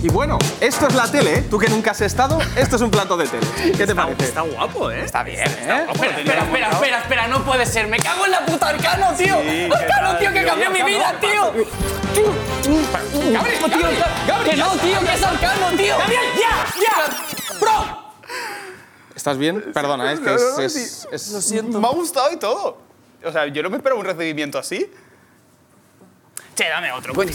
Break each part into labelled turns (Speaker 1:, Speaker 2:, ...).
Speaker 1: Y bueno, esto es la tele, ¿eh? Tú que nunca has estado, esto es un plato de tele. ¿Qué te parece?
Speaker 2: Está guapo, ¿eh?
Speaker 1: Está bien,
Speaker 3: Espera, espera, espera, espera, espera, espera, no puede ser. Me cago en la puta Arcano, tío. Arcano, tío, que cambió mi vida, tío. Gabriel, tío, que no, tío, que es Arcano, tío. Gabriel, ya, ya. Bro.
Speaker 1: ¿Estás bien? Perdona, es que es... es- es-
Speaker 4: Me ha gustado y todo. O sea, yo no me espero un recibimiento así.
Speaker 3: Che, dame otro, coño.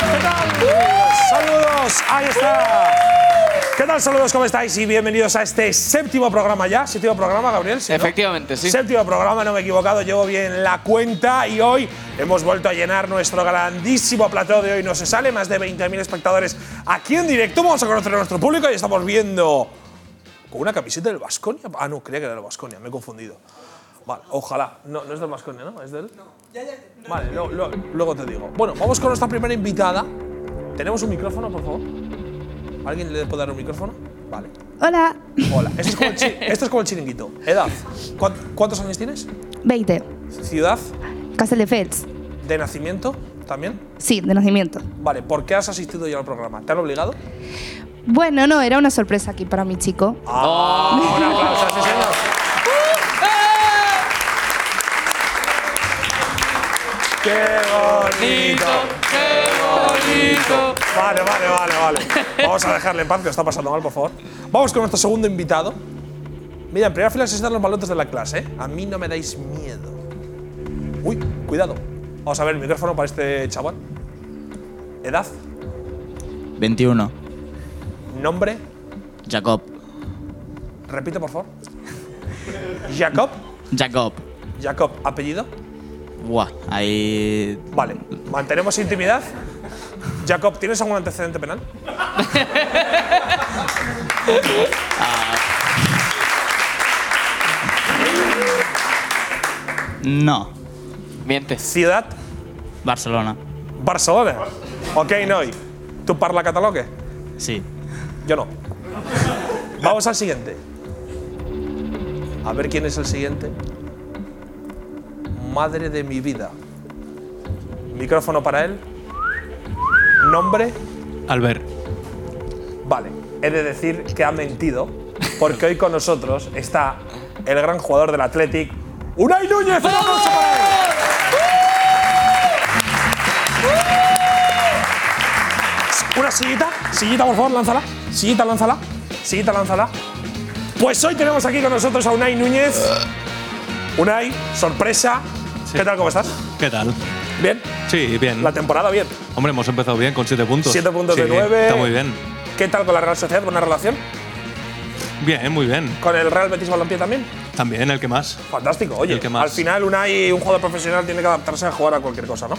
Speaker 5: ¿Qué tal? Saludos, ahí está. ¿Qué tal? Saludos, ¿cómo estáis? Y bienvenidos a este séptimo programa ya. Séptimo programa, Gabriel. ¿Sí, no?
Speaker 3: Efectivamente, sí.
Speaker 5: Séptimo programa, no me he equivocado, llevo bien la cuenta y hoy hemos vuelto a llenar nuestro grandísimo plató de hoy. No se sale, más de 20.000 espectadores aquí en directo. Vamos a conocer a nuestro público y estamos viendo con una camiseta del Vasconia. Ah, no, creía que era del Vasconia, me he confundido. Vale, ojalá. No, no es del Vasconia, ¿no? ¿Es del? Vale, lo- lo- luego te digo. Bueno, vamos con nuestra primera invitada. ¿Tenemos un micrófono, por favor? ¿Alguien le puede dar un micrófono? Vale.
Speaker 6: Hola,
Speaker 5: Hola. Esto es como el, chi- esto es como el chiringuito. Edad. ¿Cuán- ¿Cuántos años tienes?
Speaker 6: 20.
Speaker 5: Ciudad.
Speaker 6: Castelldefels.
Speaker 5: De nacimiento también.
Speaker 6: Sí, de nacimiento.
Speaker 5: Vale, ¿por qué has asistido ya al programa? ¿Te han obligado?
Speaker 6: Bueno, no, era una sorpresa aquí para mi chico.
Speaker 5: Ah, un aplauso, sí, señor. ¡Qué bonito! Vale, vale, vale, vale. Vamos a dejarle en paz, que lo está pasando mal, por favor. Vamos con nuestro segundo invitado. Mira, en primera fila se están los malotes de la clase, ¿eh? A mí no me dais miedo. Uy, cuidado. Vamos a ver el micrófono para este chaval. Edad,
Speaker 7: 21.
Speaker 5: nombre,
Speaker 7: Jacob.
Speaker 5: repite, por favor. Jacob.
Speaker 7: Jacob.
Speaker 5: Jacob, apellido.
Speaker 7: Buah, ahí.
Speaker 5: Vale, mantenemos intimidad. Jacob, ¿tienes algún antecedente penal?
Speaker 7: No.
Speaker 3: Mientes.
Speaker 5: Ciudad,
Speaker 7: Barcelona.
Speaker 5: Barcelona. Ok, Noi. ¿Tú parla catalán o qué?
Speaker 7: Sí.
Speaker 5: Yo no. Vamos al siguiente. A ver quién es el siguiente. Madre de mi vida. Micrófono para él. Nombre.
Speaker 8: Albert.
Speaker 5: Vale, he de decir que ha mentido, porque hoy con nosotros está el gran jugador del Athletic, Unai Núñez. ¡Un aplauso para él! Una sillita, sillita por favor, lánzala. Sillita, lánzala. Sillita, lánzala. Pues hoy tenemos aquí con nosotros a Unai Núñez. Unai, sorpresa. ¿Qué tal, cómo estás?
Speaker 8: ¿Qué tal?
Speaker 5: ¿Bien?
Speaker 8: Sí, bien.
Speaker 5: La temporada bien.
Speaker 8: Hombre, hemos empezado bien con 7 puntos.
Speaker 5: 7 puntos de
Speaker 8: Sí,
Speaker 5: 9.
Speaker 8: Está muy bien.
Speaker 5: ¿Qué tal con la Real Sociedad? ¿Buena relación?
Speaker 8: Bien, muy bien.
Speaker 5: ¿Con el Real Betis Balompié también?
Speaker 8: También, el que más.
Speaker 5: Fantástico, oye.
Speaker 8: El que más.
Speaker 5: Al final, Unai, un jugador profesional, tiene que adaptarse a jugar a cualquier cosa, ¿no?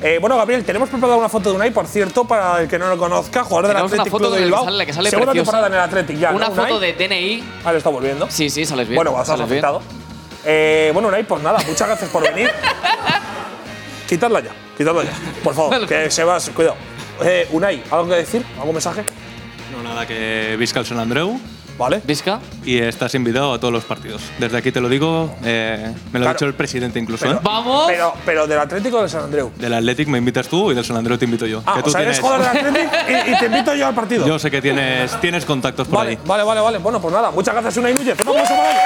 Speaker 5: Eh, bueno, Gabriel, tenemos preparada una foto de Unai, por cierto, para el que no lo conozca, jugador del
Speaker 3: Tenemos una
Speaker 5: Athletic
Speaker 3: foto
Speaker 5: Club de
Speaker 3: de la que
Speaker 5: Bilbao.
Speaker 3: sale, la que sale
Speaker 5: Segunda
Speaker 3: preciosa.
Speaker 5: temporada en el Athletic ya.
Speaker 3: Una
Speaker 5: ¿no,
Speaker 3: foto
Speaker 5: Unai?
Speaker 3: de DNI.
Speaker 5: Ahora está volviendo.
Speaker 3: Sí, sí, sales bien.
Speaker 5: Bueno, vas
Speaker 3: sales bien.
Speaker 5: afectado. Eh, bueno, Unai, pues nada, muchas gracias por venir. quitadla ya, quitadla ya, por favor, que se va, cuidado. Eh, Unai, ¿algo que decir? ¿Algún mensaje?
Speaker 8: No nada que visca el San Andreu
Speaker 5: Vale.
Speaker 3: ¿Visca?
Speaker 8: y estás invitado a todos los partidos. Desde aquí te lo digo, eh, me lo
Speaker 5: Claro.
Speaker 8: ha dicho el presidente incluso.
Speaker 5: Pero-
Speaker 8: ¿eh?
Speaker 3: ¡Vamos!
Speaker 5: Pero, pero del Atlético o del San Andreu.
Speaker 8: Del Athletic me invitas tú y del San Andreu te invito yo.
Speaker 5: Ah,
Speaker 8: que
Speaker 5: o
Speaker 8: tú
Speaker 5: sea, eres
Speaker 8: tienes-
Speaker 5: jugador del Atlético y, y te invito yo al partido.
Speaker 8: Yo sé que tienes, tienes contactos por
Speaker 5: Vale,
Speaker 8: ahí.
Speaker 5: vale, vale, vale. Bueno, pues nada, muchas gracias, Unai Núñez. Un aplauso para él.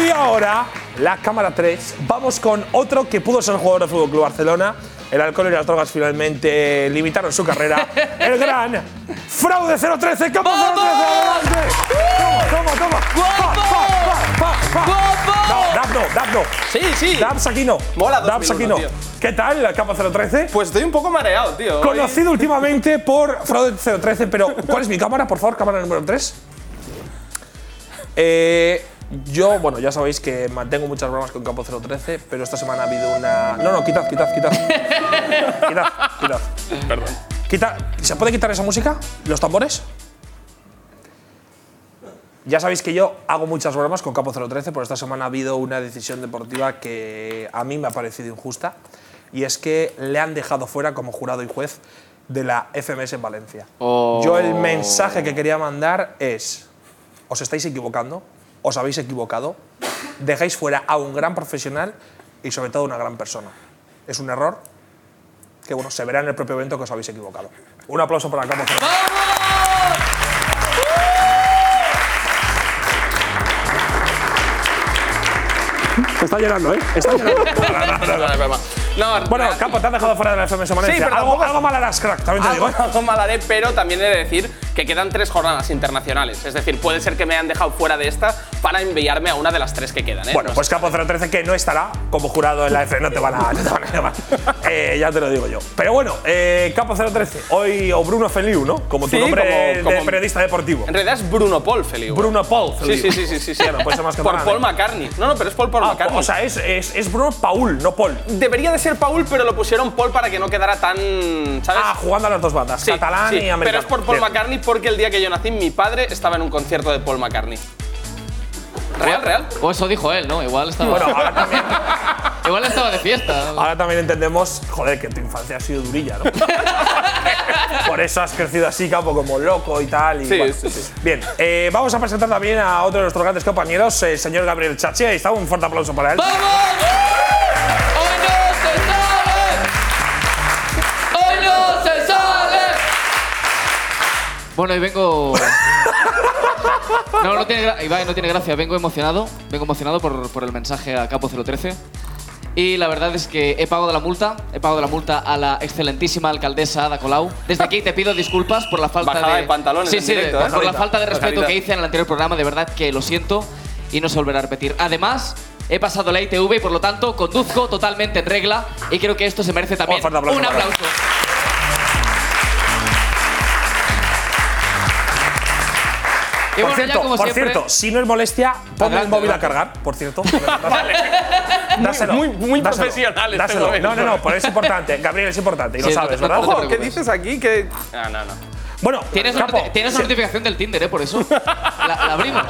Speaker 5: Y ahora, la cámara 3, vamos con otro que pudo ser jugador de Fútbol Club Barcelona, el alcohol y las drogas finalmente limitaron su carrera. El gran Fraude 013, Campo 013.
Speaker 3: ¡Vamos!
Speaker 5: adelante. Toma, toma, toma. Pa, pa, pa, pa, pa.
Speaker 3: ¡Guapo!
Speaker 5: No, Dab no, Dab no.
Speaker 3: Sí, sí.
Speaker 5: Dabs aquí no.
Speaker 1: Mola dos
Speaker 5: Dabs
Speaker 1: mil
Speaker 5: aquí
Speaker 1: uno,
Speaker 5: no.
Speaker 1: tío.
Speaker 5: ¿Qué tal, Campo 013?
Speaker 1: Pues estoy un poco mareado, tío. Hoy-
Speaker 5: Conocido últimamente por Fraude 013, pero ¿cuál es mi cámara, por favor? Cámara número 3. Eh, yo, bueno, ya sabéis que mantengo muchas bromas con Campo 013, pero esta semana ha habido una. No, no, quitad, quitad, quitad. quitad, quitad. Perdón. Quita- ¿Se puede quitar esa música? ¿Los tambores? Ya sabéis que yo hago muchas bromas con Capo 013, pero esta semana ha habido una decisión deportiva que a mí me ha parecido injusta, y es que le han dejado fuera como jurado y juez de la FMS en Valencia. Yo el mensaje que quería mandar es, os estáis equivocando, os habéis equivocado, dejáis fuera a un gran profesional y sobre todo a una gran persona. Es un error que bueno, se verá en el propio evento que os habéis equivocado. Un aplauso para Capo 013. Se está llenando, ¿eh? Está llenando.
Speaker 4: No,
Speaker 5: Bueno, Campo, te han dejado fuera de la FMS Valencia.
Speaker 4: Sí, pero
Speaker 5: algo,
Speaker 4: tampoco-
Speaker 5: algo mal harás, crack, también te
Speaker 4: Algo,
Speaker 5: digo. ¿eh?
Speaker 4: algo mal haré, pero también he de decir que quedan tres jornadas internacionales. Es decir, puede ser que me hayan dejado fuera de esta para enviarme a una de las tres que quedan. ¿eh?
Speaker 5: Bueno,
Speaker 4: No
Speaker 5: pues
Speaker 4: sé.
Speaker 5: Capo 013 que no estará como jurado en la F, no te van a, no te van a llamar. Eh, ya te lo digo yo. Pero bueno, eh, Capo 013, hoy o Bruno Feliu, ¿no? Como tu
Speaker 4: Sí,
Speaker 5: nombre
Speaker 4: como-
Speaker 5: de
Speaker 4: como-
Speaker 5: periodista deportivo.
Speaker 4: En realidad es Bruno Paul, Feliu. ¿eh?
Speaker 5: Bruno Paul
Speaker 4: Sí,
Speaker 5: Feliu.
Speaker 4: sí, sí, sí, sí. sí.
Speaker 5: Claro, puede ser más
Speaker 4: Por
Speaker 5: catalán,
Speaker 4: Paul
Speaker 5: ¿eh?
Speaker 4: McCartney. No, no, pero es Paul Paul
Speaker 5: Ah,
Speaker 4: McCartney.
Speaker 5: o sea, es, es, es Bruno Paul, no Paul.
Speaker 4: Debería de ser Paul, pero lo pusieron Paul para que no quedara tan. ¿Sabes?
Speaker 5: Ah, jugando a las dos bandas,
Speaker 4: Sí,
Speaker 5: catalán
Speaker 4: sí,
Speaker 5: y americano.
Speaker 4: Pero es por Paul
Speaker 5: Bien.
Speaker 4: McCartney porque el día que yo nací, mi padre estaba en un concierto de Paul McCartney. Real, real.
Speaker 2: O eso dijo él, ¿no? Igual estaba,
Speaker 5: Bueno, ahora también,
Speaker 2: igual estaba de fiesta.
Speaker 5: ahora también entendemos, joder, que tu infancia ha sido durilla, ¿no? Por eso has crecido así, Capo, como loco y tal. Y
Speaker 4: Sí,
Speaker 5: bueno.
Speaker 4: sí, sí.
Speaker 5: Bien, eh, vamos a presentar también a otro de nuestros grandes compañeros, el señor Gabriel Chachi. Ahí está, un fuerte aplauso para él.
Speaker 2: ¡Vamos! ¡Hoy no se sale! ¡Hoy no se sale! Bueno, y vengo. No, no tiene, gra- Ibai, no tiene gracia. Vengo emocionado. Vengo emocionado por, por el mensaje a Capo 013. Y la verdad es que he pagado la multa. He pagado la multa a la excelentísima alcaldesa Ada Colau. Desde aquí te pido disculpas por la falta
Speaker 4: Bajada
Speaker 2: de.
Speaker 4: de pantalones
Speaker 2: Sí,
Speaker 4: en
Speaker 2: sí, de-
Speaker 4: directo, ¿eh?
Speaker 2: por la
Speaker 4: Bajadita,
Speaker 2: falta de respeto que
Speaker 4: bajadita.
Speaker 2: hice hice en el anterior programa, de verdad que lo siento y no se volverá a repetir. Además, he pasado la ITV y por lo tanto conduzco totalmente en regla y creo que esto se merece también
Speaker 5: Un fuerte aplauso,
Speaker 2: un
Speaker 5: Manuel.
Speaker 2: aplauso. Y
Speaker 5: Por
Speaker 2: bueno, ya
Speaker 5: cierto,
Speaker 2: como
Speaker 5: por
Speaker 2: siempre-
Speaker 5: cierto, si no es molestia, pon el
Speaker 2: Adelante,
Speaker 5: móvil a
Speaker 2: adelante.
Speaker 5: cargar, por cierto. Vale. Dáselo.
Speaker 4: Muy- muy- muy
Speaker 5: dáselo,
Speaker 4: profesional este
Speaker 5: dáselo.
Speaker 4: momento.
Speaker 5: No, no, no, por eso es importante. Gabriel, es importante y lo
Speaker 2: Sí, no te-
Speaker 5: sabes,
Speaker 2: no te-
Speaker 5: ¿verdad?
Speaker 2: no te
Speaker 1: Ojo, ¿qué
Speaker 2: preocupes.
Speaker 1: dices aquí? Que
Speaker 4: No, no, no.
Speaker 5: Bueno,
Speaker 2: Tienes, la
Speaker 5: Capo,
Speaker 2: noti- tienes la
Speaker 5: sí.
Speaker 2: notificación del Tinder, ¿eh? Por eso. La, la abrimos.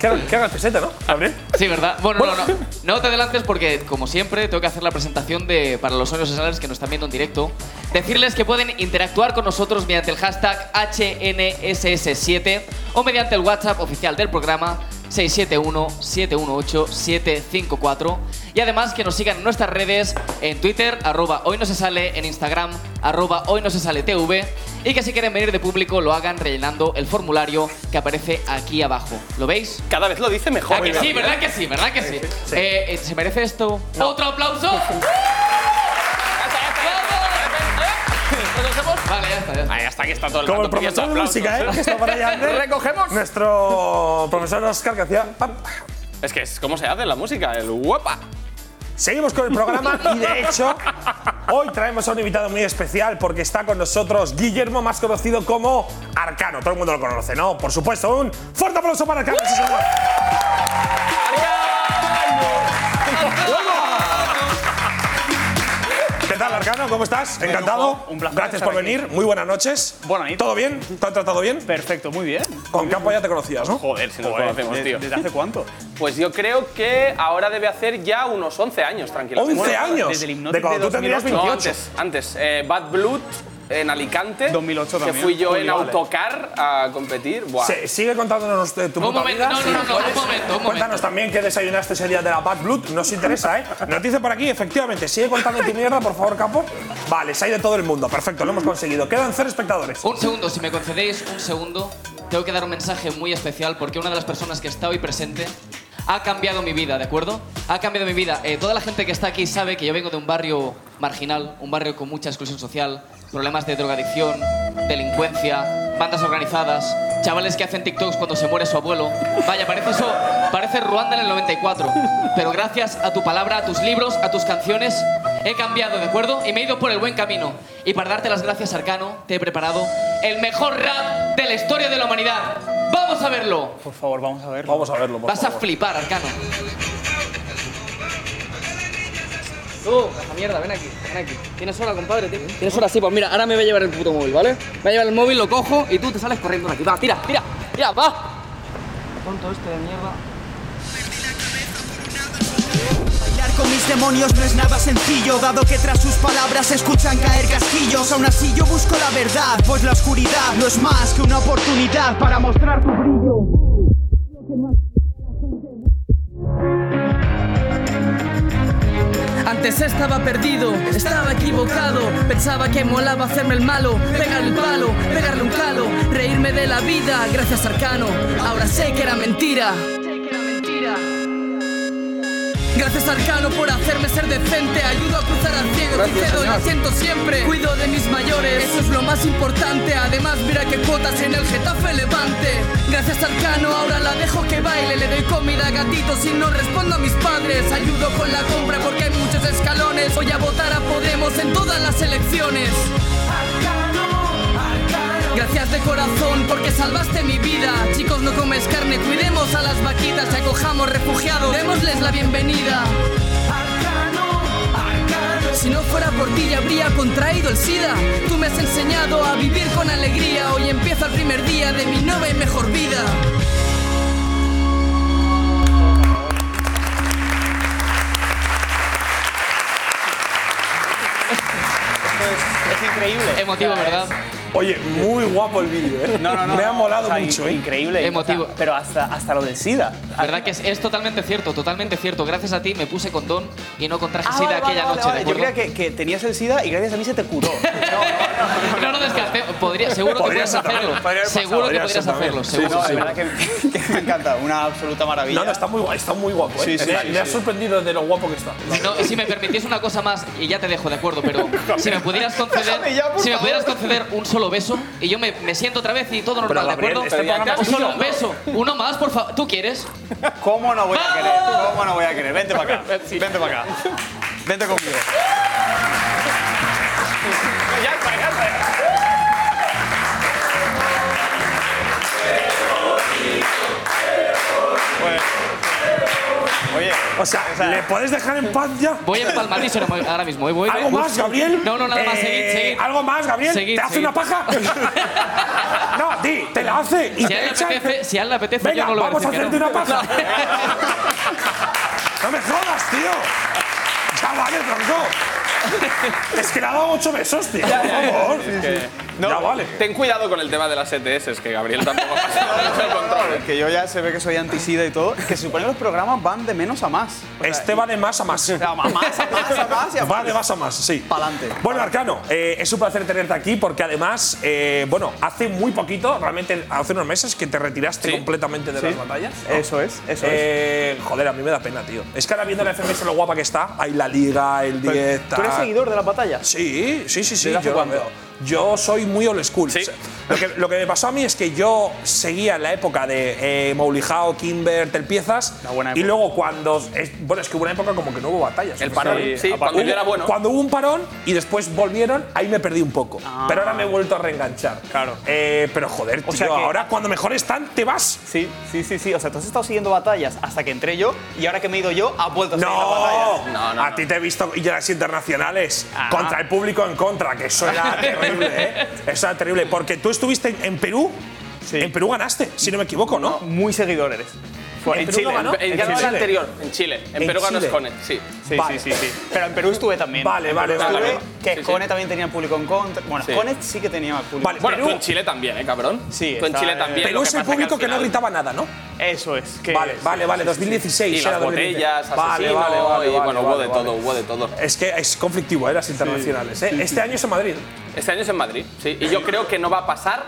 Speaker 5: Que haga- que haga el peseta, ¿no? Gabriel.
Speaker 2: Sí, ¿verdad? Bueno, no, no. No te adelantes porque, como siempre, tengo que hacer la presentación de, para los usuarios y usuarias que nos están viendo en directo. Decirles que pueden interactuar con nosotros mediante el hashtag HNSS7 o mediante el WhatsApp oficial del programa 671-718-754. Y además que nos sigan en nuestras redes, en Twitter, arroba hoy no se sale, en Instagram, arroba hoy no se sale TV. Y que si quieren venir de público lo hagan rellenando el formulario que aparece aquí abajo. ¿Lo veis?
Speaker 4: Cada vez lo dice mejor.
Speaker 2: ¿Verdad Ah, que sí? ¿Verdad que sí? ¿Verdad que sí? Eh, eh, ¿Se merece esto? ¿Otro aplauso? vale, ya está, ya está.
Speaker 4: Ahí hasta aquí está todo el
Speaker 5: Como el
Speaker 4: rato pidiendo aplausos,
Speaker 5: profesor de música, ¿eh? Que está por allá antes.
Speaker 4: Recogemos.
Speaker 5: Nuestro profesor Oscar que hacía. pam.
Speaker 4: Es que es como se hace la música, el guapa.
Speaker 5: Seguimos con el programa y de hecho, hoy traemos a un invitado muy especial porque está con nosotros Guillermo, más conocido como Arcano. Todo el mundo lo conoce, ¿no? Por supuesto, un fuerte aplauso para Arcano. sí, señor. ¿Qué tal, Arcano? ¿Cómo estás? Encantado.
Speaker 9: un placer
Speaker 5: Gracias
Speaker 9: estar
Speaker 5: por
Speaker 9: aquí.
Speaker 5: venir. Muy buenas noches.
Speaker 9: Buena noche.
Speaker 5: ¿Todo bien? ¿Te han tratado bien?
Speaker 9: Perfecto, muy bien.
Speaker 5: Con Campo ya te conocías, ¿no?
Speaker 4: Joder, si nos conocemos, tío.
Speaker 9: ¿Desde hace cuánto?
Speaker 4: Pues yo creo que ahora debe hacer ya unos 11 años, tranquilamente.
Speaker 5: 11 años.
Speaker 9: desde el hipnosis
Speaker 5: de cuando
Speaker 9: de
Speaker 5: tú tendrías
Speaker 9: 2008.
Speaker 4: No,
Speaker 5: 28.
Speaker 4: antes, antes. eh, Bad Blood en Alicante.
Speaker 9: 2008
Speaker 4: Que
Speaker 9: también.
Speaker 4: fui yo
Speaker 9: Uy,
Speaker 4: en
Speaker 9: vale.
Speaker 4: autocar a competir. Buah.
Speaker 5: Se- sigue contándonos de tu
Speaker 2: Un
Speaker 5: puta
Speaker 2: momento,
Speaker 5: vida.
Speaker 2: no, no,
Speaker 5: si
Speaker 2: no, no, un
Speaker 5: puedes.
Speaker 2: momento, un
Speaker 5: Cuéntanos
Speaker 2: momento.
Speaker 5: también qué desayunaste ese día de la Bad Blood. Nos interesa, ¿eh? Nos dice por aquí, efectivamente. Sigue contando tu mierda, por favor, capo. Vale, se ha ido todo el mundo. Perfecto, lo hemos conseguido. Quedan cero espectadores.
Speaker 2: Un segundo, si me concedéis un segundo, tengo que dar un mensaje muy especial porque una de las personas que está hoy presente ha cambiado mi vida, ¿de acuerdo? Ha cambiado mi vida. Eh, toda la gente que está aquí sabe que yo vengo de un barrio marginal, un barrio con mucha exclusión social, problemas de drogadicción, delincuencia, bandas organizadas, chavales que hacen TikToks cuando se muere su abuelo. Vaya, parece eso, parece Ruanda en el 94. Pero gracias a tu palabra, a tus libros, a tus canciones, he cambiado, ¿de acuerdo? Y me he ido por el buen camino. Y para darte las gracias, Arcano, te he preparado el mejor rap de la historia de la humanidad. ¡Vamos a verlo!
Speaker 9: Por favor, vamos a verlo.
Speaker 5: Vamos a verlo, por
Speaker 2: Vas a
Speaker 5: favor.
Speaker 2: flipar, Arcano. Tú, esa mierda, ven aquí, ven aquí. Tienes hora, compadre,
Speaker 3: Tienes hora, sí, pues mira, ahora me voy a llevar el puto móvil, ¿vale? Me voy a llevar el móvil, lo cojo y tú te sales corriendo de aquí. Va, tira, tira, tira, va. Tonto este de mierda.
Speaker 10: Bailar con mis demonios no es nada sencillo, dado que tras sus palabras se escuchan caer casquillos. Aún así yo busco la verdad, pues la oscuridad no es más que una oportunidad para mostrar tu brillo.
Speaker 3: Antes estaba perdido, estaba equivocado. Pensaba que molaba hacerme el malo, pegarle el palo, pegarle un calo, reírme de la vida. Gracias, Arcano. Ahora sé que era mentira. Gracias Arcano por hacerme ser decente Ayudo a cruzar al ciego, sincero lo siento siempre Cuido de mis mayores, eso es lo más importante Además mira que cuotas en el Getafe Levante Gracias Arcano, ahora la dejo que baile Le doy comida a gatitos y no respondo a mis padres Ayudo con la compra porque hay muchos escalones Voy a votar a Podemos en todas las elecciones Gracias de corazón porque salvaste mi vida. Chicos, no comes carne, cuidemos a las vaquitas y acojamos refugiados. Démosles la bienvenida. Si no fuera por ti ya habría contraído el SIDA. Tú me has enseñado a vivir con alegría. Hoy empieza el primer día de mi nueva y mejor vida.
Speaker 9: Es increíble.
Speaker 2: Emotivo,
Speaker 9: O sea,
Speaker 2: ¿verdad?
Speaker 5: Oye, muy guapo el vídeo, ¿eh?
Speaker 9: es- No, no, no.
Speaker 5: Me ha
Speaker 9: no,
Speaker 5: molado
Speaker 9: o sea,
Speaker 5: mucho, ¿eh?
Speaker 9: Increíble.
Speaker 2: Emotivo.
Speaker 9: O sea, pero hasta, hasta lo del SIDA.
Speaker 2: ¿Verdad que es, es totalmente cierto, totalmente cierto? Gracias a ti me puse condón y no contraje
Speaker 9: Ah,
Speaker 2: sida
Speaker 9: vale, vale,
Speaker 2: aquella
Speaker 9: vale,
Speaker 2: noche,
Speaker 9: vale.
Speaker 2: ¿de
Speaker 9: Yo
Speaker 2: acuerdo?
Speaker 9: creía que, que tenías el SIDA y gracias a mí se te curó.
Speaker 2: No lo descarté, podría, seguro que
Speaker 5: Podría
Speaker 2: podrías
Speaker 5: ser también,
Speaker 2: hacerlo.
Speaker 5: podría haber pasado,
Speaker 2: seguro que
Speaker 5: podría
Speaker 2: podrías
Speaker 5: ser también.
Speaker 2: hacerlo,
Speaker 5: Sí,
Speaker 2: seguro.
Speaker 9: No, de verdad que, que me encanta. Una absoluta maravilla.
Speaker 5: No, no, está muy guapo, está muy guapo, ¿eh?
Speaker 9: Sí, sí,
Speaker 5: me,
Speaker 9: sí,
Speaker 5: me ha
Speaker 9: sí.
Speaker 5: sorprendido de lo guapo que está.
Speaker 2: No, si me permitís una cosa más, y ya te dejo, de acuerdo, pero si me pudieras conceder,
Speaker 9: Déjame ya, por
Speaker 2: si me
Speaker 9: favor.
Speaker 2: pudieras conceder un solo beso, y yo me, me siento otra vez y todo normal, ¿de
Speaker 5: Gabriel,
Speaker 2: acuerdo?
Speaker 5: este programa
Speaker 2: un
Speaker 5: es tuyo.
Speaker 2: solo beso, uno más, por favor. ¿Tú quieres?
Speaker 9: ¿Cómo no voy a querer?
Speaker 2: ¡Vamos!
Speaker 9: ¿Cómo no voy a querer? Vente para acá. Vente para acá. Vente conmigo. Pues- Oye,
Speaker 5: O sea,
Speaker 9: O sea-
Speaker 5: ¿le puedes dejar en paz ya?
Speaker 2: Voy a palmatizo ahora mismo. ¿eh? Voy,
Speaker 5: ¿Algo
Speaker 2: voy-
Speaker 5: más, Gabriel? Eh,
Speaker 2: No, no, nada más, seguid, seguid.
Speaker 5: ¿Algo más, Gabriel?
Speaker 2: Seguid,
Speaker 5: ¿Te hace
Speaker 2: seguid.
Speaker 5: una paja? no, di, te la hace y
Speaker 2: Si a
Speaker 5: te
Speaker 2: él le
Speaker 5: echa. y te-
Speaker 2: apetece, si a él le apetece
Speaker 5: Venga,
Speaker 2: yo no lo voy
Speaker 5: vamos a
Speaker 2: decir que
Speaker 5: hacerte
Speaker 2: no.
Speaker 5: una paja. no me jodas, tío. Chavales, tronco. Es que le ha dado ocho besos, tío. Por favor.
Speaker 4: No,
Speaker 5: ya vale.
Speaker 4: Ten cuidado con el tema de las E ETS, que Gabriel tampoco ha pasado mucho el control.
Speaker 9: que yo ya se ve que soy antisida y todo. Que se supone que los programas van de menos a más.
Speaker 5: Este va de más a más.
Speaker 9: O sea, a más, a más, a más y a más.
Speaker 5: Va de más a más, sí.
Speaker 9: Pa'lante.
Speaker 5: Bueno, Arcano, eh, es un placer tenerte aquí porque además, eh, bueno, hace muy poquito, realmente hace unos meses, que te retiraste completamente de las batallas. ¿no?
Speaker 9: Eso es, eso es.
Speaker 5: Eh, joder, a mí me da pena, tío. Es que ahora viendo la FMS lo guapa que está, hay la liga, el 10.
Speaker 9: ¿Tú eres
Speaker 5: tal.
Speaker 9: seguidor de las batallas?
Speaker 5: Sí, sí, sí, sí.
Speaker 9: ¿Desde hace
Speaker 5: yo,
Speaker 9: cuánto?
Speaker 5: yo soy muy old school. O sea, Lo, que, lo que me pasó a mí es que yo seguía en la época de eh, Moulijao, Kimber, Telpiezas.
Speaker 9: Una buena
Speaker 5: Y
Speaker 9: época.
Speaker 5: luego cuando. es- bueno, es que hubo una época como que no hubo batallas.
Speaker 4: El
Speaker 5: ¿no?
Speaker 4: parón,
Speaker 5: Sí.
Speaker 4: sí, cuando yo era bueno.
Speaker 5: Cuando hubo un parón y después volvieron, ahí me perdí un poco. Pero ahora me he vuelto a reenganchar.
Speaker 9: Claro.
Speaker 5: Eh, pero joder, tío,
Speaker 9: sea que-
Speaker 5: ahora cuando mejor están, te vas.
Speaker 9: Sí, sí, sí, sí. O sea, tú has estado siguiendo batallas hasta que entré yo y ahora que me he ido yo, has vuelto a seguir las
Speaker 5: No,
Speaker 9: batallas.
Speaker 4: No, no,
Speaker 5: a
Speaker 4: no. Ah.
Speaker 5: ti te he visto y las internacionales contra el público en contra, que eso era terrible, ¿eh? Eso era terrible, porque tú estuviste en, en Perú,
Speaker 9: Sí.
Speaker 5: en Perú ganaste, si no me equivoco, ¿no?
Speaker 9: Muy seguidor eres.
Speaker 5: ¿En
Speaker 9: en
Speaker 5: Perú
Speaker 9: Chile.
Speaker 5: no ganó?
Speaker 9: en Pe-
Speaker 4: En,
Speaker 5: En
Speaker 4: ganó el
Speaker 5: Chile.
Speaker 4: anterior, en Chile. En,
Speaker 5: En
Speaker 4: Perú ganó
Speaker 5: Chile.
Speaker 4: Scone, sí.
Speaker 9: Sí,
Speaker 5: Vale.
Speaker 9: sí, sí, sí. Pero en Perú estuve también.
Speaker 5: Vale,
Speaker 9: En
Speaker 5: vale,
Speaker 9: Perú
Speaker 5: vale,
Speaker 9: estuve,
Speaker 5: vale.
Speaker 9: Que
Speaker 4: Sí, sí.
Speaker 9: Cone también tenía público en contra. Bueno,
Speaker 4: Sí.
Speaker 9: Cone sí que tenía público.
Speaker 5: Vale,
Speaker 4: Bueno,
Speaker 5: Perú-
Speaker 4: tú en Chile también, ¿eh, cabrón?
Speaker 9: Sí,
Speaker 4: Tú en
Speaker 9: está-
Speaker 4: Chile también.
Speaker 5: Perú
Speaker 4: lo
Speaker 5: es
Speaker 4: que pasa
Speaker 5: el
Speaker 4: que
Speaker 5: público
Speaker 4: al
Speaker 5: que no
Speaker 4: final-
Speaker 5: gritaba nada, ¿no?
Speaker 9: Eso es. Que
Speaker 5: Vale, vale, vale, 2016.
Speaker 4: Y las
Speaker 5: era 2016.
Speaker 4: botellas, asesino,
Speaker 5: Vale, vale, vale,
Speaker 4: y
Speaker 5: vale,
Speaker 4: bueno, hubo
Speaker 5: vale,
Speaker 4: de
Speaker 5: vale.
Speaker 4: todo, hubo de todo.
Speaker 5: Es que es conflictivo, ¿eh? Las internacionales, ¿eh? Este año es en Madrid.
Speaker 4: Este año es en Madrid, sí. Y yo creo que no va a pasar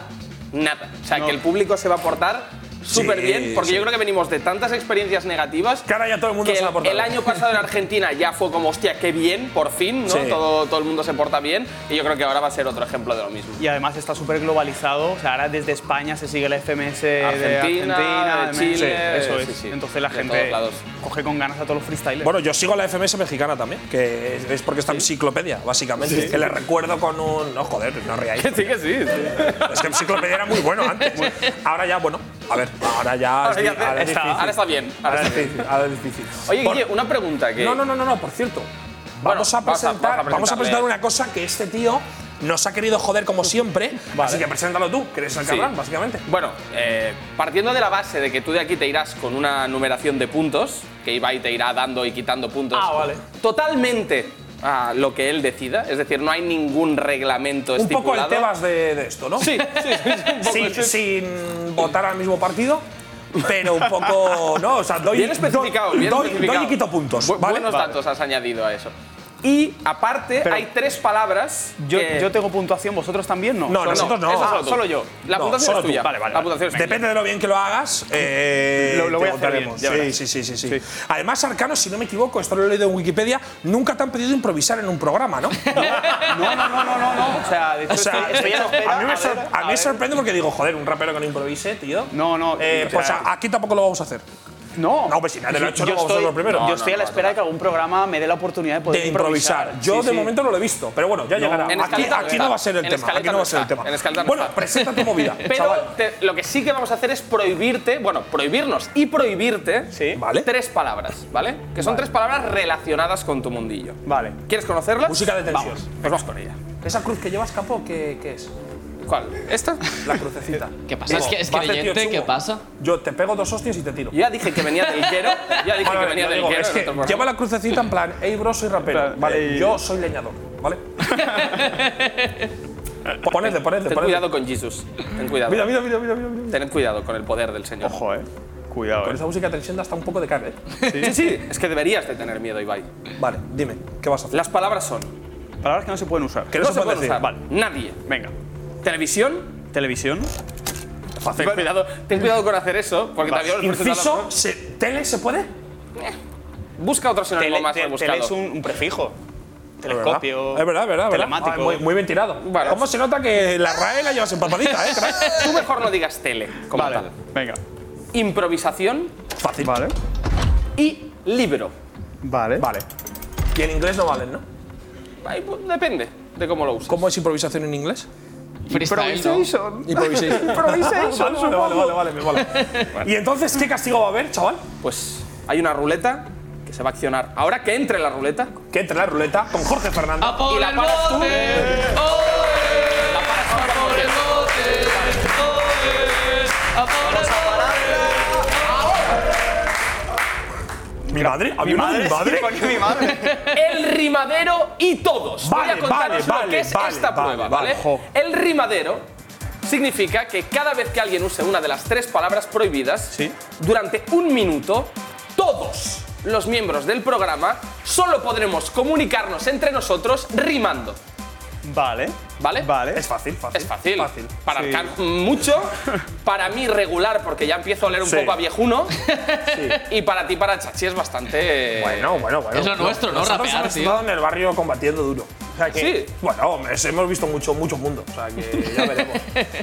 Speaker 4: nada. O sea, que el público se va a portar súper bien, porque yo creo que venimos de tantas experiencias negativas. Que
Speaker 5: ahora ya todo el mundo se la porta
Speaker 4: El
Speaker 5: bien.
Speaker 4: año pasado en Argentina ya fue como, hostia, qué bien, por fin, ¿no?
Speaker 5: Sí.
Speaker 4: Todo, todo el mundo se porta bien. Y yo creo que ahora va a ser otro ejemplo de lo mismo.
Speaker 9: Y además está súper globalizado. O sea, ahora desde España se sigue la FMS de
Speaker 4: Argentina,
Speaker 9: Argentina,
Speaker 4: de
Speaker 9: de México.
Speaker 4: Chile,
Speaker 9: Sí, eso es.
Speaker 4: sí, sí.
Speaker 9: Entonces la
Speaker 4: De
Speaker 9: gente
Speaker 4: todos lados.
Speaker 9: coge con ganas a todos los freestylers.
Speaker 5: Bueno, yo sigo la FMS mexicana también, que es- es porque está en enciclopedia, básicamente. Que le recuerdo con un. No, joder, no reáis.
Speaker 4: Que sí, que sí. sí.
Speaker 5: Es que enciclopedia era muy bueno antes. Ahora ya, bueno. A ver, ahora ya.
Speaker 4: Ahora,
Speaker 5: es-
Speaker 4: ya te-
Speaker 5: ahora es
Speaker 4: está,
Speaker 5: difícil.
Speaker 4: ahora está bien. ahora
Speaker 5: Ahora es
Speaker 4: está bien.
Speaker 5: difícil, ahora es difícil.
Speaker 4: Oye,
Speaker 5: Por-
Speaker 4: Guille, una pregunta que.
Speaker 5: No, no, no, no, no, por cierto.
Speaker 4: Bueno,
Speaker 5: Vamos, a
Speaker 4: vamos a-
Speaker 5: presentar, vamos, a,
Speaker 4: vamos a
Speaker 5: presentar
Speaker 4: presentarle.
Speaker 5: una cosa que este tío nos ha querido joder como siempre. Así que preséntalo tú, que eres el
Speaker 4: Sí.
Speaker 5: cabrón, básicamente.
Speaker 4: Bueno, eh, partiendo de la base de que tú de aquí te irás con una numeración de puntos, que Ibai te irá dando y quitando puntos.
Speaker 9: Ah, vale.
Speaker 4: Totalmente a lo que él decida, es decir, no hay ningún reglamento
Speaker 5: Un poco
Speaker 4: estipulado.
Speaker 5: el Tebas de, de esto, ¿no?
Speaker 4: Sí, sí, sí, sí, un poco
Speaker 5: Sí,
Speaker 4: ese.
Speaker 5: sin votar al mismo partido, pero un poco. No, o sea, doy.
Speaker 4: Bien especificado,
Speaker 5: doy,
Speaker 4: bien
Speaker 5: doy-
Speaker 4: especificado.
Speaker 5: doy y quito puntos.
Speaker 4: Bu-
Speaker 5: ¿vale?
Speaker 4: Buenos
Speaker 5: Vale.
Speaker 4: datos has añadido a eso. Y aparte,
Speaker 9: Pero-
Speaker 4: hay tres palabras.
Speaker 9: Yo,
Speaker 4: que-
Speaker 9: yo tengo puntuación, vosotros también Eh, no.
Speaker 5: No, nosotros no.
Speaker 4: eso
Speaker 5: Ah,
Speaker 4: solo, tú.
Speaker 9: solo yo.
Speaker 4: La
Speaker 5: No,
Speaker 4: puntuación
Speaker 5: solo
Speaker 4: es
Speaker 5: tú.
Speaker 4: tuya.
Speaker 9: Vale, vale,
Speaker 4: La
Speaker 9: vale.
Speaker 4: puntuación es tuya.
Speaker 5: Depende de lo bien que lo hagas, eh,
Speaker 9: Lo- lo voy
Speaker 5: te
Speaker 9: a hacer
Speaker 5: votaremos.
Speaker 9: bien, ya verás.
Speaker 5: sí, sí, sí, sí, sí.
Speaker 9: Sí.
Speaker 5: Además, Arcano, si no me equivoco, esto lo he leído en Wikipedia, nunca te han pedido improvisar en un programa, ¿no?
Speaker 9: No, no, no, no, no, no. O sea, de hecho,
Speaker 5: O sea,
Speaker 9: estoy, estoy en espera.
Speaker 5: a mí me, sor-
Speaker 9: ver,
Speaker 5: a mí
Speaker 9: ver.
Speaker 5: sorprende porque digo, joder, un rapero que no improvise, tío.
Speaker 9: No, no,
Speaker 5: Eh,
Speaker 9: o sea,
Speaker 5: pues a- aquí tampoco lo vamos a hacer.
Speaker 9: No.
Speaker 5: No, pues si nadie lo ha hecho,
Speaker 9: Yo
Speaker 5: no vamos a hacerlo
Speaker 9: estoy-
Speaker 5: primero.
Speaker 9: Yo
Speaker 5: No,
Speaker 9: estoy a la espera de que algún programa me dé la oportunidad de poder
Speaker 5: De improvisar. Yo
Speaker 9: Sí,
Speaker 5: de
Speaker 9: sí.
Speaker 5: momento no lo he visto, pero bueno, ya llegará.
Speaker 4: en
Speaker 5: Aquí,
Speaker 4: escaleta no
Speaker 5: aquí
Speaker 4: está.
Speaker 5: no va a ser el
Speaker 4: En
Speaker 5: tema.
Speaker 4: escaleta
Speaker 5: Aquí no
Speaker 4: no
Speaker 5: va a ser el
Speaker 4: está.
Speaker 5: tema.
Speaker 4: En escaleta no
Speaker 5: bueno,
Speaker 4: está.
Speaker 5: presenta tu movida,
Speaker 4: Pero
Speaker 5: Eh, chaval.
Speaker 4: te- lo que sí que vamos a hacer es prohibirte, bueno, prohibirnos y prohibirte
Speaker 9: Sí.
Speaker 5: Vale.
Speaker 4: tres palabras, ¿vale? Que son tres palabras relacionadas con tu mundillo.
Speaker 9: Vale.
Speaker 4: ¿Quieres conocerlas?
Speaker 5: Música de tensión.
Speaker 4: Vamos, pues vamos con ella.
Speaker 5: Esa cruz que llevas, capo, ¿qué, qué es?
Speaker 4: ¿Cuál? ¿Esta?
Speaker 5: La crucecita.
Speaker 2: ¿Qué pasa? ¿Es, que, es
Speaker 5: Va a ser tío
Speaker 2: creyente? ¿Qué
Speaker 5: chungo.
Speaker 2: pasa?
Speaker 5: Yo te pego dos hostias y te tiro.
Speaker 4: Yo ya dije que venía del quiero. Ya dije
Speaker 5: Vale,
Speaker 4: que
Speaker 5: vale,
Speaker 4: venía
Speaker 5: lo
Speaker 4: del
Speaker 5: digo,
Speaker 4: quiero.
Speaker 5: es
Speaker 4: en
Speaker 5: que
Speaker 4: otro programa.
Speaker 5: lleva la crucecita en plan, hey bro, soy rapero.
Speaker 9: plan,
Speaker 5: Vale,
Speaker 9: "Ey".
Speaker 5: yo soy leñador, ¿vale? ponete, ponete,
Speaker 4: Ten
Speaker 5: ponete.
Speaker 4: cuidado con Jesus. Ten cuidado.
Speaker 5: Mira, mira, mira, mira, mira. mira.
Speaker 4: Tened cuidado con el poder del Señor.
Speaker 9: Ojo, eh. Cuidado,
Speaker 5: Con
Speaker 9: eh.
Speaker 5: esa música te encienda hasta un poco de carne.
Speaker 4: Sí, sí. Es que deberías de tener miedo, Ibai.
Speaker 5: Vale, dime, ¿qué vas a hacer?
Speaker 4: Las palabras son.
Speaker 9: Palabras que no se pueden usar.
Speaker 5: Que no se pueden
Speaker 4: puede
Speaker 5: decir.
Speaker 4: usar.
Speaker 9: Vale.
Speaker 4: Nadie.
Speaker 9: Venga.
Speaker 4: Televisión.
Speaker 9: Televisión.
Speaker 4: Ten cuidado, ten cuidado con hacer eso, porque
Speaker 9: Vale.
Speaker 4: también hemos presentado
Speaker 5: Inciso, se- ¿tele se puede?
Speaker 4: la- Busca otro sinónimo
Speaker 9: Tele,
Speaker 4: más
Speaker 9: te-
Speaker 4: rebuscado.
Speaker 9: tele es un, un prefijo. Telescopio.
Speaker 5: Es verdad, es verdad. es verdad.
Speaker 9: Telemático.
Speaker 5: Ah, muy, muy bien tirado.
Speaker 4: Bueno.
Speaker 5: ¿Cómo se nota que la RAE la llevas empatadita, eh? caray?
Speaker 4: Tú mejor no digas tele, como
Speaker 9: Vale.
Speaker 4: tal.
Speaker 9: Venga.
Speaker 4: Improvisación
Speaker 5: Fácil.
Speaker 9: Vale.
Speaker 4: y libro.
Speaker 9: Vale.
Speaker 5: Vale. Y en inglés no valen, ¿no?
Speaker 4: Ahí, pues, depende de cómo lo uses.
Speaker 5: ¿Cómo es improvisación en inglés?
Speaker 2: Freestyle, ¿no?
Speaker 5: Improvisation.
Speaker 9: Improvisation,
Speaker 5: vale, vale, vale, vale, me mola. ¿Y entonces qué castigo va a haber, chaval?
Speaker 4: Pues hay una ruleta que se va a accionar. Ahora que entre la ruleta,
Speaker 5: Que entre la ruleta con Jorge Fernández.
Speaker 2: ¡A por
Speaker 4: Y la
Speaker 2: el
Speaker 4: paras tú.
Speaker 2: bote! ¡Oe! ¡A por el bote! ¡Oe! ¡A por el bote!
Speaker 5: ¿Mi madre? ¿Había una de mi madre?
Speaker 9: mi madre.
Speaker 4: el rimadero y todos. Voy
Speaker 5: Vale,
Speaker 4: a contaros
Speaker 5: vale,
Speaker 4: lo
Speaker 5: vale,
Speaker 4: que es
Speaker 5: vale,
Speaker 4: esta
Speaker 5: vale,
Speaker 4: prueba,
Speaker 5: vale,
Speaker 4: ¿vale?
Speaker 5: jo.
Speaker 4: El rimadero significa que cada vez que alguien use una de las tres palabras prohibidas,
Speaker 9: Sí.
Speaker 4: durante un minuto, todos los miembros del programa solo podremos comunicarnos entre nosotros rimando.
Speaker 9: Vale.
Speaker 4: Vale.
Speaker 9: Vale.
Speaker 5: Es fácil, fácil.
Speaker 4: Es fácil.
Speaker 5: Fácil.
Speaker 4: Para
Speaker 9: Sí.
Speaker 4: Arcano, mucho. Para mí, regular, porque ya empiezo a oler un
Speaker 5: Sí.
Speaker 4: poco a viejuno. Y para ti, para Chachi, es bastante.
Speaker 5: Bueno, bueno, bueno.
Speaker 2: Es lo nuestro, ¿no?
Speaker 5: Nosotros
Speaker 2: Rapear,
Speaker 5: hemos
Speaker 2: tío.
Speaker 5: estado en el barrio combatiendo duro. O sea que,
Speaker 4: Sí.
Speaker 5: Bueno, es- hemos visto mucho, mucho mundo. O sea que ya veremos.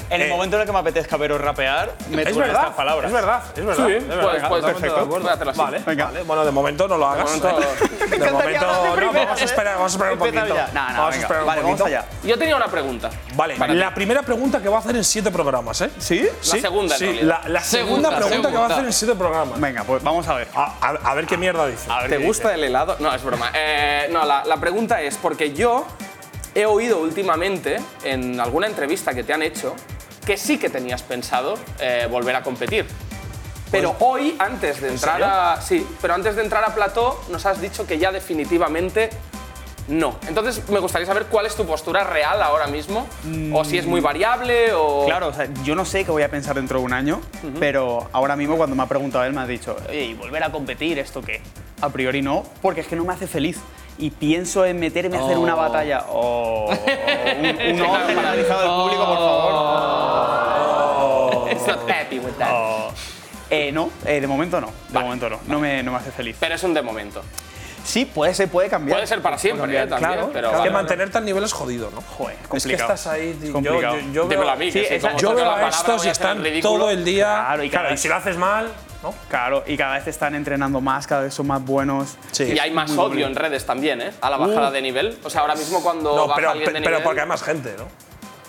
Speaker 9: En el momento en el que me apetezca veros rapear, me
Speaker 5: es
Speaker 9: tuerzo
Speaker 5: verdad,
Speaker 9: estas palabras.
Speaker 5: es verdad, es verdad. es
Speaker 4: pues-
Speaker 5: verdad.
Speaker 4: pues
Speaker 5: Totalmente
Speaker 4: perfecto,
Speaker 5: de acuerdo.
Speaker 4: voy a hacerlo así.
Speaker 5: Vale,
Speaker 9: Venga.
Speaker 5: vale. Bueno, de momento no lo hagas.
Speaker 4: momento-
Speaker 5: ¿eh? De momento, no, vamos a esperar, vamos a esperar un
Speaker 9: Empieza
Speaker 5: poquito.
Speaker 9: ya. No, no,
Speaker 5: vamos a
Speaker 9: venga.
Speaker 5: esperar un
Speaker 9: Vale, vamos
Speaker 5: poquito.
Speaker 9: allá.
Speaker 4: Yo tenía una pregunta.
Speaker 5: Vale,
Speaker 4: Para ti.
Speaker 5: la primera pregunta que va a hacer en siete programas, ¿eh?
Speaker 9: ¿Sí?
Speaker 4: La segunda, en
Speaker 5: Sí,
Speaker 4: realidad.
Speaker 5: la, la segunda,
Speaker 2: Segunda,
Speaker 5: pregunta que va a
Speaker 2: segunda.
Speaker 5: hacer en siete programas.
Speaker 9: Venga, pues vamos a ver.
Speaker 5: A, a- a ver qué mierda dice.
Speaker 9: A ver
Speaker 4: ¿Te
Speaker 9: qué
Speaker 4: gusta el helado? No, es broma. Eh, no, la, la pregunta es porque yo he oído últimamente en alguna entrevista que te han hecho que sí que tenías pensado eh, volver a competir. Pero hoy, antes de entrar
Speaker 5: Pues, serio?
Speaker 4: a. Sí, pero antes de entrar a Plató, nos has dicho que ya definitivamente no. Entonces, me gustaría saber cuál es tu postura real ahora mismo. O si es
Speaker 5: Mm.
Speaker 4: muy variable o.
Speaker 9: Claro, o sea, yo no sé qué voy a pensar dentro de un año, pero ahora mismo cuando me ha preguntado él me ha dicho, oye, ¿y volver a competir esto qué? A priori no, porque es que no me hace feliz. Y pienso en meterme a hacer una batalla. Oh,
Speaker 5: Oh,
Speaker 9: o un, un no generalizado del público, por favor.
Speaker 4: It's not happy with that.
Speaker 9: Eh, no, eh, de momento no. De momento no. No me, no me hace feliz.
Speaker 4: Pero es un de momento.
Speaker 9: Sí, puede ser, puede cambiar.
Speaker 4: Puede ser para siempre,
Speaker 9: cambiar,
Speaker 4: eh, también,
Speaker 9: claro,
Speaker 4: pero
Speaker 9: claro.
Speaker 5: que
Speaker 4: vale, vale.
Speaker 5: mantenerte al nivel es jodido, ¿no?
Speaker 9: Joder, es
Speaker 5: Es que
Speaker 9: complicado.
Speaker 5: estás ahí. tío. Yo,
Speaker 9: complicado.
Speaker 5: yo- yo
Speaker 4: Dímelo
Speaker 5: veo,
Speaker 4: a mí, que
Speaker 9: sí,
Speaker 4: si
Speaker 9: esa-
Speaker 4: como
Speaker 5: yo
Speaker 4: toco
Speaker 5: veo
Speaker 4: la
Speaker 5: a
Speaker 4: palabra
Speaker 5: estos
Speaker 4: voy
Speaker 5: y
Speaker 4: a hacer
Speaker 5: están
Speaker 4: ridículo.
Speaker 5: todo el día.
Speaker 9: Claro, y cada-
Speaker 5: si lo haces mal, ¿no?
Speaker 9: Claro, y cada vez te están entrenando más, cada vez son más buenos.
Speaker 5: Sí.
Speaker 4: Y hay más odio en redes también, ¿eh? A la bajada de nivel. O sea, ahora mismo cuando
Speaker 5: No,
Speaker 4: baja
Speaker 5: pero,
Speaker 4: alguien de nivel…
Speaker 5: pero porque hay más gente, ¿no?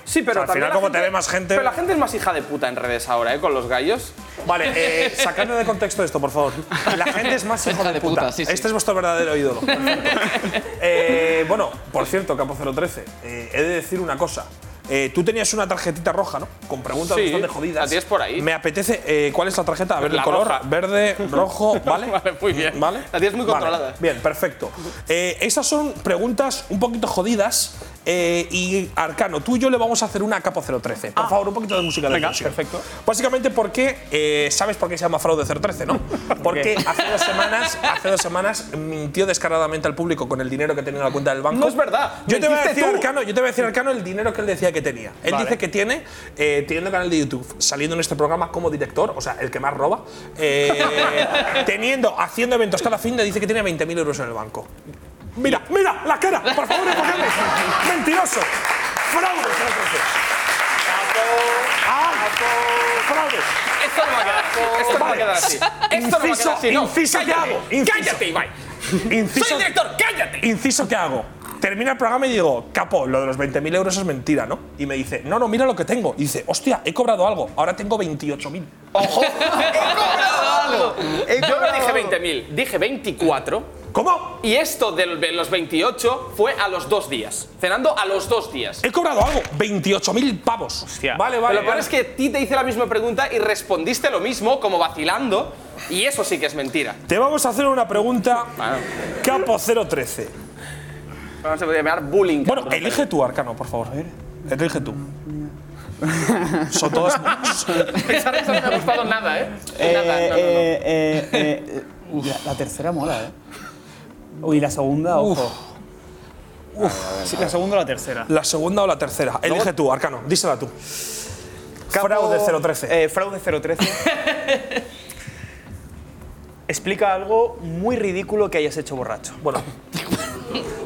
Speaker 4: Sí, pero
Speaker 5: O sea, al
Speaker 4: también la
Speaker 5: final como te ve más gente-
Speaker 4: Pero la gente es más hija de puta en redes ahora, ¿eh? Con los gallos.
Speaker 5: Vale, eh, sacadme de contexto esto, por favor. La gente es más hijo
Speaker 2: Hija
Speaker 5: de,
Speaker 2: de
Speaker 5: puta.
Speaker 2: puta, sí, sí.
Speaker 5: Este es vuestro verdadero ídolo. Eh, bueno, por cierto, Capo 013, eh, he de decir una cosa. Eh, tú tenías una tarjetita roja, ¿no? Con preguntas
Speaker 4: Sí,
Speaker 5: bastante jodidas.
Speaker 4: la tienes por ahí.
Speaker 5: Me apetece. eh, ¿Cuál es la tarjeta? A ver,
Speaker 4: La
Speaker 5: el color.
Speaker 4: roja.
Speaker 5: Verde, rojo, ¿vale?
Speaker 4: Vale, muy bien.
Speaker 5: ¿Vale?
Speaker 4: La tienes muy
Speaker 5: Vale,
Speaker 4: controlada.
Speaker 5: bien, perfecto. Eh, estas son preguntas un poquito jodidas. eh, y Arcano, tú y yo le vamos a hacer una a Capo 013. Por favor, un poquito de música de
Speaker 9: Ah. Venga,
Speaker 5: tensión.
Speaker 9: perfecto.
Speaker 5: Básicamente porque eh, sabes por qué se llama fraude 013, ¿no? Porque hace dos semanas, hace dos semanas mintió descaradamente al público con el dinero que tenía en la cuenta del banco.
Speaker 4: No es verdad,
Speaker 5: Yo te voy a
Speaker 4: mentiste
Speaker 5: decir,
Speaker 4: tú.
Speaker 5: Arcano, yo te voy a decir Arcano el dinero que él decía que tenía. Él
Speaker 9: Vale.
Speaker 5: dice que tiene eh, teniendo canal de YouTube, saliendo en este programa como director, o sea, el que más roba, eh, teniendo, haciendo eventos cada fin de dice que tiene 20.000 euros en el banco. Mira, mira, la cara, por favor, enfocadme. Mentiroso. Fraude 013. Ah, fraude.
Speaker 4: Esto no va a quedar así. Esto no va a quedar así. Esto no va a
Speaker 5: Inciso,
Speaker 4: quedar así. No,
Speaker 5: inciso que
Speaker 4: cállate,
Speaker 5: hago. Inciso.
Speaker 4: Cállate, Ibai. Soy
Speaker 5: Inciso,
Speaker 4: director, cállate.
Speaker 5: inciso que hago. Termina el programa y digo, capo, lo de los 20.000 euros es mentira, ¿no? Y me dice, no, no, mira lo que tengo. Y dice, hostia, he cobrado algo, ahora tengo 28.000.
Speaker 9: Eh,
Speaker 4: Yo no dije 20.000, dije 24.
Speaker 5: ¿Cómo?
Speaker 4: Y esto del- de los 28 fue a los dos días. Cenando a los dos días.
Speaker 5: He cobrado algo, 28.000 pavos.
Speaker 9: Hostia.
Speaker 5: Vale,
Speaker 4: Pero
Speaker 5: vale.
Speaker 4: lo peor
Speaker 5: vale.
Speaker 4: es que a ti te hice la misma pregunta y respondiste lo mismo, como vacilando. Y eso sí que es mentira.
Speaker 5: Te vamos a hacer una pregunta,
Speaker 4: Bueno.
Speaker 5: capo 013.
Speaker 4: No se puede llamar bullying.
Speaker 5: Bueno,
Speaker 4: cabrón.
Speaker 5: elige tú, Arcano, por favor. Elige tú. Son todos.
Speaker 4: Pensar eso no me ha gustado nada, ¿eh?
Speaker 9: Eh,
Speaker 4: nada, no, no, no.
Speaker 9: eh, eh, eh, uf, la, la tercera mola, ¿eh? Uy, la segunda, ojo. Sí, la segunda o la tercera.
Speaker 5: La segunda o la tercera. Elige tú, Arcano. Dísela tú. Fraude 013.
Speaker 9: Eh, fraude 013. Explica algo muy ridículo que hayas hecho borracho.
Speaker 5: Bueno,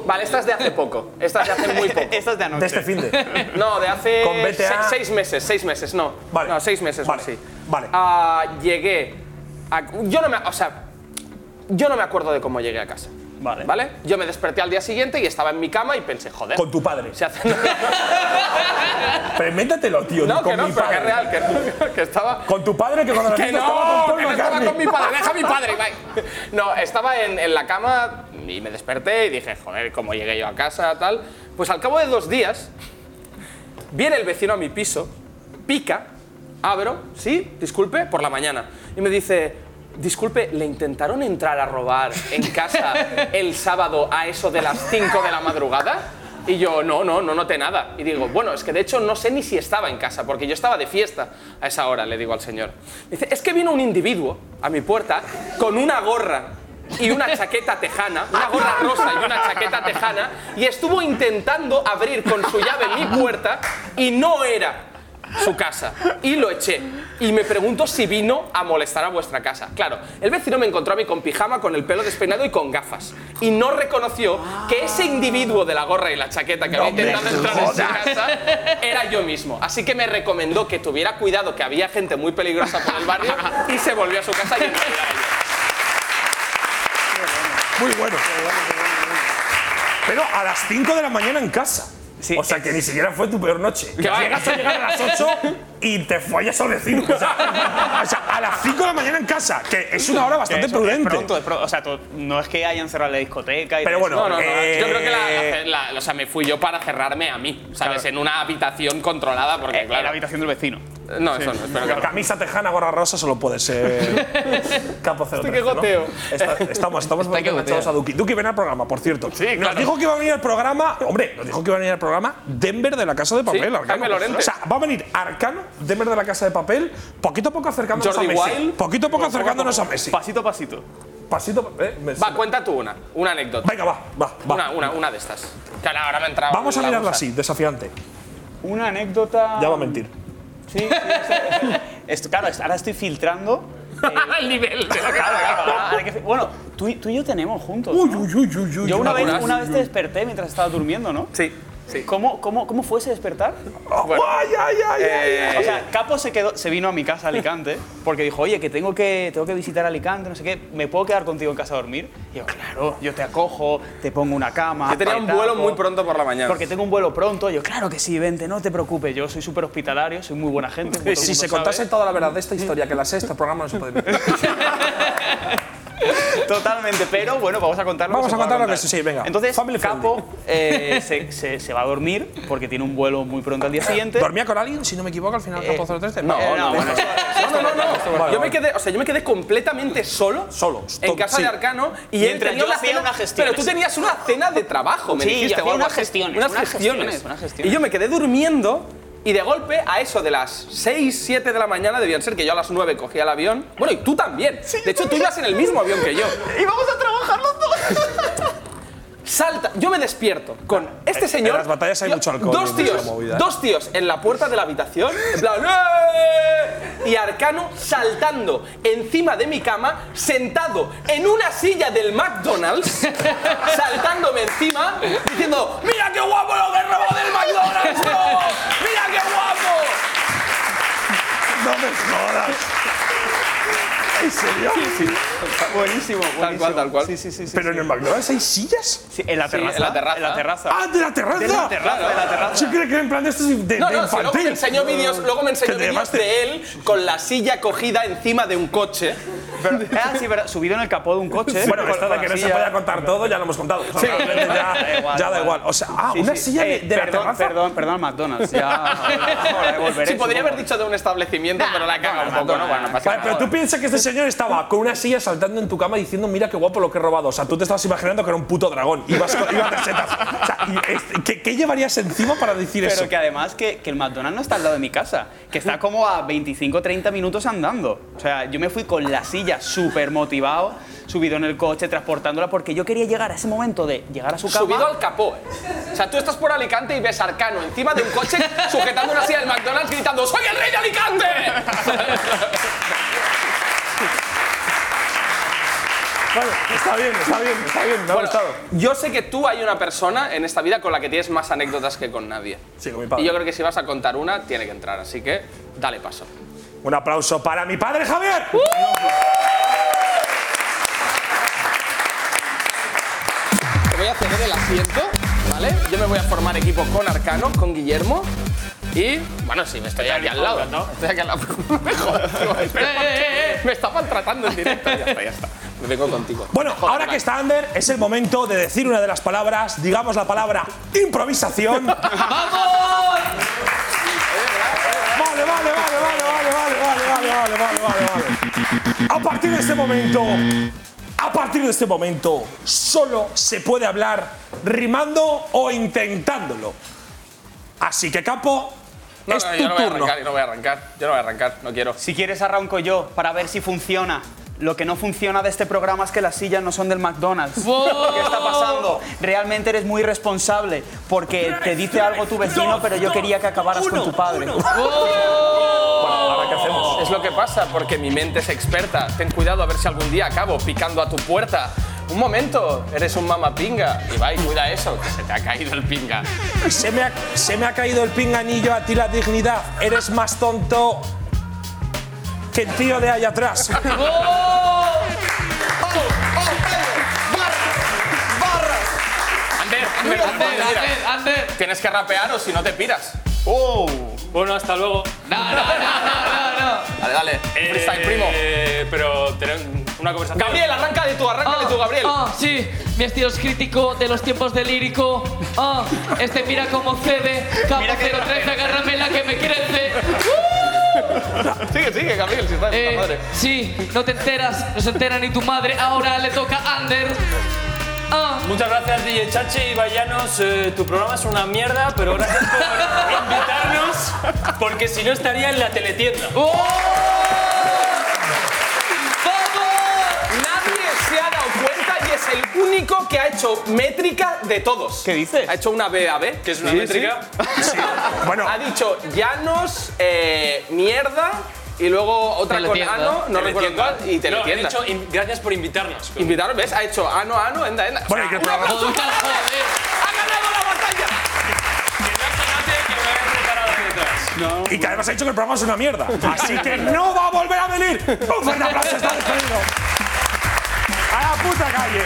Speaker 4: Vale, esta es de hace poco. Esta es de hace muy poco.
Speaker 9: Esta es de
Speaker 5: de
Speaker 9: anoche.
Speaker 5: este fin de.
Speaker 4: No, de hace
Speaker 5: Con BTA.
Speaker 4: se- seis meses, seis meses, no.
Speaker 5: Vale.
Speaker 4: No, seis meses
Speaker 5: Vale,
Speaker 4: o así.
Speaker 5: vale.
Speaker 4: Ah, llegué. a- yo no me. O sea, yo no me acuerdo de cómo llegué a casa.
Speaker 9: Vale.
Speaker 4: ¿Vale? Yo me desperté al día siguiente y estaba en mi cama y pensé, joder.
Speaker 5: Con tu padre.
Speaker 4: se hace-
Speaker 5: Pero invéntatelo, tío.
Speaker 4: No,
Speaker 5: ni con
Speaker 4: que no,
Speaker 5: mi
Speaker 4: pero que
Speaker 5: padre.
Speaker 4: es real, que, que estaba.
Speaker 5: Con tu padre que cuando
Speaker 4: Que
Speaker 5: naciste estaba
Speaker 4: no,
Speaker 5: con
Speaker 4: que
Speaker 5: Paul
Speaker 4: no estaba
Speaker 5: McCartney.
Speaker 4: con mi padre, deja a mi padre. Ibai. No, estaba en, en la cama y me desperté y dije, joder, ¿cómo llegué yo a casa? tal. Pues al cabo de dos días, viene el vecino a mi piso, pica, abro, sí, disculpe, por la mañana. Y me dice, disculpe, ¿le intentaron entrar a robar en casa el sábado a eso de las 5 de la madrugada? Y yo, no, no, no noté nada. Y digo, bueno, es que de hecho no sé ni si estaba en casa, porque yo estaba de fiesta a esa hora, le digo al señor. Dice, es que vino un individuo a mi puerta con una gorra y una chaqueta tejana, una gorra rosa y una chaqueta tejana, y estuvo intentando abrir con su llave mi puerta y no era su casa. Y lo eché. Y me pregunto si vino a molestar a vuestra casa. Claro, el vecino me encontró a mí con pijama, con el pelo despeinado y con gafas. Y no reconoció que ese individuo de la gorra y la chaqueta que había intentado entrar en su casa era yo mismo. Así que me recomendó que tuviera cuidado, que había gente muy peligrosa por el barrio, y se volvió a su casa y entró a ella.
Speaker 5: Muy bueno. Pero a las 5 de la mañana en casa.
Speaker 9: Sí.
Speaker 5: o sea, que ni siquiera fue tu peor noche.
Speaker 4: Que va.
Speaker 5: Llegas a llegar a las 8 y te follas al vecino. O sea, o sea, a las 5 de la mañana en casa, que es una hora bastante
Speaker 9: Eso, es
Speaker 5: prudente.
Speaker 9: pronto, es pronto. O sea, to- no es que hayan cerrado la discoteca y
Speaker 5: Pero
Speaker 9: todo
Speaker 5: bueno,
Speaker 4: No, no, no.
Speaker 5: eh,
Speaker 4: Yo creo que la, la- la- o sea, me fui yo para cerrarme a mí, ¿sabes? En una habitación controlada,
Speaker 9: eso.
Speaker 4: porque,
Speaker 9: En la
Speaker 4: claro.
Speaker 9: habitación del vecino.
Speaker 4: No, eso no, espero que no.
Speaker 5: Camisa tejana, gorra rosa, solo puede ser. Capo 0
Speaker 4: Estoy que goteo.
Speaker 5: estamos estamos
Speaker 2: Está que
Speaker 5: enganchados
Speaker 2: gotea.
Speaker 5: a Duki. Duki, ven al programa, por cierto. Sí, Nos
Speaker 4: claro.
Speaker 5: dijo que iba a venir al programa. Hombre, nos dijo que iba a venir al programa Denver de la Casa de Papel. Arcano.
Speaker 4: Jaime Lorente.
Speaker 5: O sea, va a venir Arcano, Denver de la Casa de Papel, poquito a poco acercándonos
Speaker 4: Jordi
Speaker 5: a Messi.
Speaker 4: Wild.
Speaker 5: Poquito a poco acercándonos a Messi.
Speaker 9: Pasito a pasito.
Speaker 5: Pasito. eh, Messi.
Speaker 4: Va, cuenta tú una, una anécdota.
Speaker 5: Venga, va, va, va.
Speaker 4: Una, una, una de estas. Que ahora me ha entrado
Speaker 5: Vamos a
Speaker 4: la
Speaker 5: mirarla
Speaker 4: cosa.
Speaker 5: así, desafiante.
Speaker 9: Una anécdota.
Speaker 5: Ya va a mentir.
Speaker 9: Sí, sí, sí. Esto, claro, ahora estoy filtrando. eh,
Speaker 4: El nivel.
Speaker 9: Claro, claro, ahora hay que fi- bueno, tú, y- tú y yo tenemos juntos. ¿no? Yo una vez, una vez te desperté mientras estabas durmiendo, ¿no?
Speaker 4: Sí. sí.
Speaker 9: ¿Cómo, cómo, ¿Cómo fue ese despertar?
Speaker 4: Bueno,
Speaker 5: ¡Ay, ay, ay!
Speaker 4: eh,
Speaker 9: O sea, Capo se, quedó, se vino a mi casa, a Alicante, porque dijo, oye, que tengo, que tengo que visitar Alicante, no sé qué, ¿me puedo quedar contigo en casa a dormir? Y yo, claro, yo te acojo, te pongo una cama.
Speaker 4: yo tenía
Speaker 9: te
Speaker 4: un vuelo
Speaker 9: tapo,
Speaker 4: muy pronto por la mañana.
Speaker 9: Porque tengo un vuelo pronto. Yo, claro que sí, vente, no te preocupes. Yo soy súper hospitalario, soy muy buena gente. como todo el
Speaker 5: Si
Speaker 9: mundo
Speaker 5: se
Speaker 9: sabe.
Speaker 5: contase toda la verdad de esta historia, que la sexta programa no se puede ver.
Speaker 9: Totalmente, pero bueno, vamos a contar lo
Speaker 5: Vamos
Speaker 9: que se
Speaker 5: a
Speaker 9: pueda
Speaker 5: contar lo que sí, sí, venga.
Speaker 9: Entonces,
Speaker 5: Family friendly.
Speaker 9: Capo eh, se, se- se va a dormir porque tiene un vuelo muy pronto al día siguiente.
Speaker 5: ¿Dormía con alguien, si no me equivoco, al final
Speaker 9: Eh,
Speaker 5: Campo 013?
Speaker 9: no, no, bueno, eso-
Speaker 4: No, no, no, no.
Speaker 5: Vale,
Speaker 4: yo,
Speaker 5: vale.
Speaker 4: me quedé, o sea, yo me quedé completamente solo.
Speaker 5: Solo,
Speaker 4: En
Speaker 5: stop,
Speaker 4: casa
Speaker 5: sí.
Speaker 4: de Arcano. Y él
Speaker 9: Mientras
Speaker 4: tenía
Speaker 9: yo
Speaker 4: una
Speaker 9: hacía
Speaker 4: cena-
Speaker 9: unas gestiones.
Speaker 4: Pero tú tenías una cena de trabajo, me
Speaker 9: Sí, yo
Speaker 4: dijiste. o
Speaker 9: hacía
Speaker 4: algo
Speaker 9: unas
Speaker 4: así.
Speaker 9: gestiones,
Speaker 4: Unas
Speaker 9: unas
Speaker 4: gestiones.
Speaker 9: gestiones, unas gestiones.
Speaker 4: Y yo me quedé durmiendo. Y de golpe, a eso de las 6, 7 de la mañana, debían ser que yo a las 9 cogía el avión. Bueno, y tú también. de hecho, tú ibas en el mismo avión que yo.
Speaker 9: Y vamos a trabajar los dos.
Speaker 4: Salta, yo me despierto con este
Speaker 5: en
Speaker 4: señor.
Speaker 5: las batallas hay
Speaker 4: yo-
Speaker 5: mucho alcohol
Speaker 4: Dos
Speaker 5: y mucha
Speaker 4: tíos,
Speaker 5: movida, ¿eh?
Speaker 4: dos tíos en la puerta de la habitación, en plan. "¡Eh!", Y Arcano saltando encima de mi cama, sentado en una silla del McDonald's, saltándome encima, diciendo: ¡Mira qué guapo lo que robó del McDonald's! no! ¡Mira qué guapo!
Speaker 5: ¡No me jodas! ¿En serio?
Speaker 9: Buenísimo,
Speaker 4: Tal cual, tal cual.
Speaker 9: Sí, sí, sí. sí,
Speaker 5: ¿Pero en
Speaker 9: sí.
Speaker 5: el McDonald's hay sillas?
Speaker 9: Sí, en la
Speaker 4: Sí,
Speaker 9: terraza.
Speaker 4: en la terraza.
Speaker 9: En la terraza.
Speaker 5: ¡Ah, de la terraza!
Speaker 9: de la terraza, de la terraza.
Speaker 5: Yo creo que en plan de esto es de,
Speaker 4: No,
Speaker 5: de
Speaker 4: no, si
Speaker 5: infantil.
Speaker 4: luego me enseñó vídeos, luego me enseñó
Speaker 5: Que te
Speaker 4: vídeos
Speaker 5: llevaste-
Speaker 4: de él con la silla cogida encima de un coche.
Speaker 9: Pero, ah, sí, verdad. Subido en el capó de un coche.
Speaker 5: Bueno,
Speaker 9: con-
Speaker 5: esto
Speaker 9: con
Speaker 5: de
Speaker 9: la
Speaker 5: que no se
Speaker 9: silla.
Speaker 5: pueda contar todo ya lo hemos contado. Realmente ya,
Speaker 9: Da igual,
Speaker 5: ya
Speaker 9: da
Speaker 5: da igual. O sea, ah,
Speaker 9: Sí,
Speaker 5: una
Speaker 9: sí.
Speaker 5: silla de,
Speaker 9: Eh,
Speaker 5: de la
Speaker 9: perdón,
Speaker 5: terraza.
Speaker 9: Perdón, perdón, McDonald's. Ya, ahora devolveré,
Speaker 4: Sí, podría
Speaker 9: supongo.
Speaker 4: haber dicho de un establecimiento, pero la caga un poco, ¿no? Bueno, no pasa nada.
Speaker 5: Vale, pero tú piensas que este señor estaba con una silla saltando en tu cama diciendo, mira qué guapo lo que he robado. O sea, tú te estabas imaginando que era un puto dragón. Ibas, con- ibas de setas. O sea, y es- ¿qué, qué llevarías encima para decir
Speaker 9: Pero
Speaker 5: eso?
Speaker 9: que además que, que el McDonald's no está al lado de mi casa, que está como a 25 30 minutos andando. O sea, yo me fui con la silla súper motivado, subido en el coche, transportándola, porque yo quería llegar a ese momento de llegar a su cama.
Speaker 4: Subido al capó. eh. O sea, tú estás por Alicante y ves a Arcano encima de un coche sujetando una silla del McDonald's gritando ¡Soy el rey de Alicante!
Speaker 5: Vale, está bien, está bien, está bien. Me ha
Speaker 4: Bueno,
Speaker 5: gustado.
Speaker 4: yo sé que tú hay una persona en esta vida con la que tienes más anécdotas que con nadie.
Speaker 5: Sí, con mi padre.
Speaker 4: Y yo creo que si vas a contar una, tiene que entrar. Así que, dale paso.
Speaker 5: Un aplauso para mi padre Javier.
Speaker 4: Te voy a ceder el asiento, ¿vale? Yo me voy a formar equipo con Arcano, con Guillermo. Y, bueno, sí, me estoy aquí al lado, ¿no? Estoy aquí al lado. me jodas, tío, me está- Me está maltratando en directo. Ya está, ya está. Me vengo contigo.
Speaker 5: Bueno,
Speaker 4: Joder,
Speaker 5: ahora que
Speaker 4: Max.
Speaker 5: está Ander, es el momento de decir una de las palabras, digamos la palabra improvisación.
Speaker 2: ¡Vamos!
Speaker 5: Vale, vale, vale, vale, vale, vale, vale, vale, vale, vale, vale, vale. A partir de este momento, a partir de este momento, solo se puede hablar rimando o intentándolo. Así que, Capo,
Speaker 4: No,
Speaker 5: es
Speaker 4: no,
Speaker 5: tu
Speaker 4: yo no voy a
Speaker 5: turno.
Speaker 4: arrancar, yo no voy a arrancar. Yo no voy a arrancar, no quiero.
Speaker 9: Si quieres arranco yo para ver si funciona. Lo que no funciona de este programa es que las sillas no son del McDonald's. ¿Qué está pasando? Realmente eres muy irresponsable porque te dice algo tu vecino, pero yo quería que acabaras con tu padre.
Speaker 5: Oh. Ahora, ¿qué hacemos?
Speaker 4: Es lo que pasa, porque mi mente es experta. Ten cuidado a ver si algún día acabo picando a tu puerta. Un momento, eres un mamapinga. Y va y cuida eso, que se te ha caído el pinga.
Speaker 5: Se me, ha, se me ha caído el pinganillo a ti la dignidad. Eres más tonto que el tío de allá atrás.
Speaker 4: Ander, Ander,
Speaker 2: Ander,
Speaker 4: Ander,
Speaker 2: Ander, Ander.
Speaker 4: Tienes que rapear o si no te piras.
Speaker 5: Oh.
Speaker 11: Bueno, hasta luego.
Speaker 2: No, no, no, no, no, no.
Speaker 4: Dale, dale.
Speaker 11: Eh,
Speaker 4: Freestyle, primo.
Speaker 11: eh, Pero tener una conversación.
Speaker 4: Gabriel, arranca de tú, arranca de tú, Gabriel.
Speaker 2: Ah, sí, mi estilo es crítico de los tiempos de lírico. Ah, este mira cómo cede. Capo 013, agárrame la que me crece.
Speaker 4: Sigue, sigue, Gabriel, si está de puta
Speaker 2: Eh,
Speaker 4: madre.
Speaker 2: sí, no te enteras, no se entera ni tu madre. Ahora le toca a Ander. Ah,
Speaker 11: Muchas gracias, DJ Chache y Vallanos. Eh, tu programa es una mierda, pero gracias por invitarnos, porque si no estaría en la teletienda.
Speaker 4: Uh. Nadie se ha dado cuenta y es el único que ha hecho métrica de todos.
Speaker 9: ¿Qué dices?
Speaker 4: Ha hecho una BAB.
Speaker 11: Que es una
Speaker 4: Sí,
Speaker 11: métrica.
Speaker 5: Bueno,
Speaker 4: Ha dicho llanos, eh, mierda Y luego otra con
Speaker 11: Teletienda.
Speaker 4: Ano, no recuerdo
Speaker 11: Teletienda.
Speaker 4: cuál, y
Speaker 11: No, de
Speaker 4: Teletienda.
Speaker 11: hecho, in- gracias por invitarnos.
Speaker 4: Invitaron, ¿ves? Ha hecho Ano, Ano, Enda, Enda.
Speaker 11: Bueno, y que
Speaker 4: ¡Un
Speaker 11: programa-
Speaker 2: pues,
Speaker 4: aplauso,
Speaker 11: Joder,
Speaker 4: chavales!
Speaker 2: ¿eh?
Speaker 5: No, y que además ha dicho que el programa es una mierda. Así que no va a volver a venir. Un fuerte aplauso, está despedido. A la puta calle.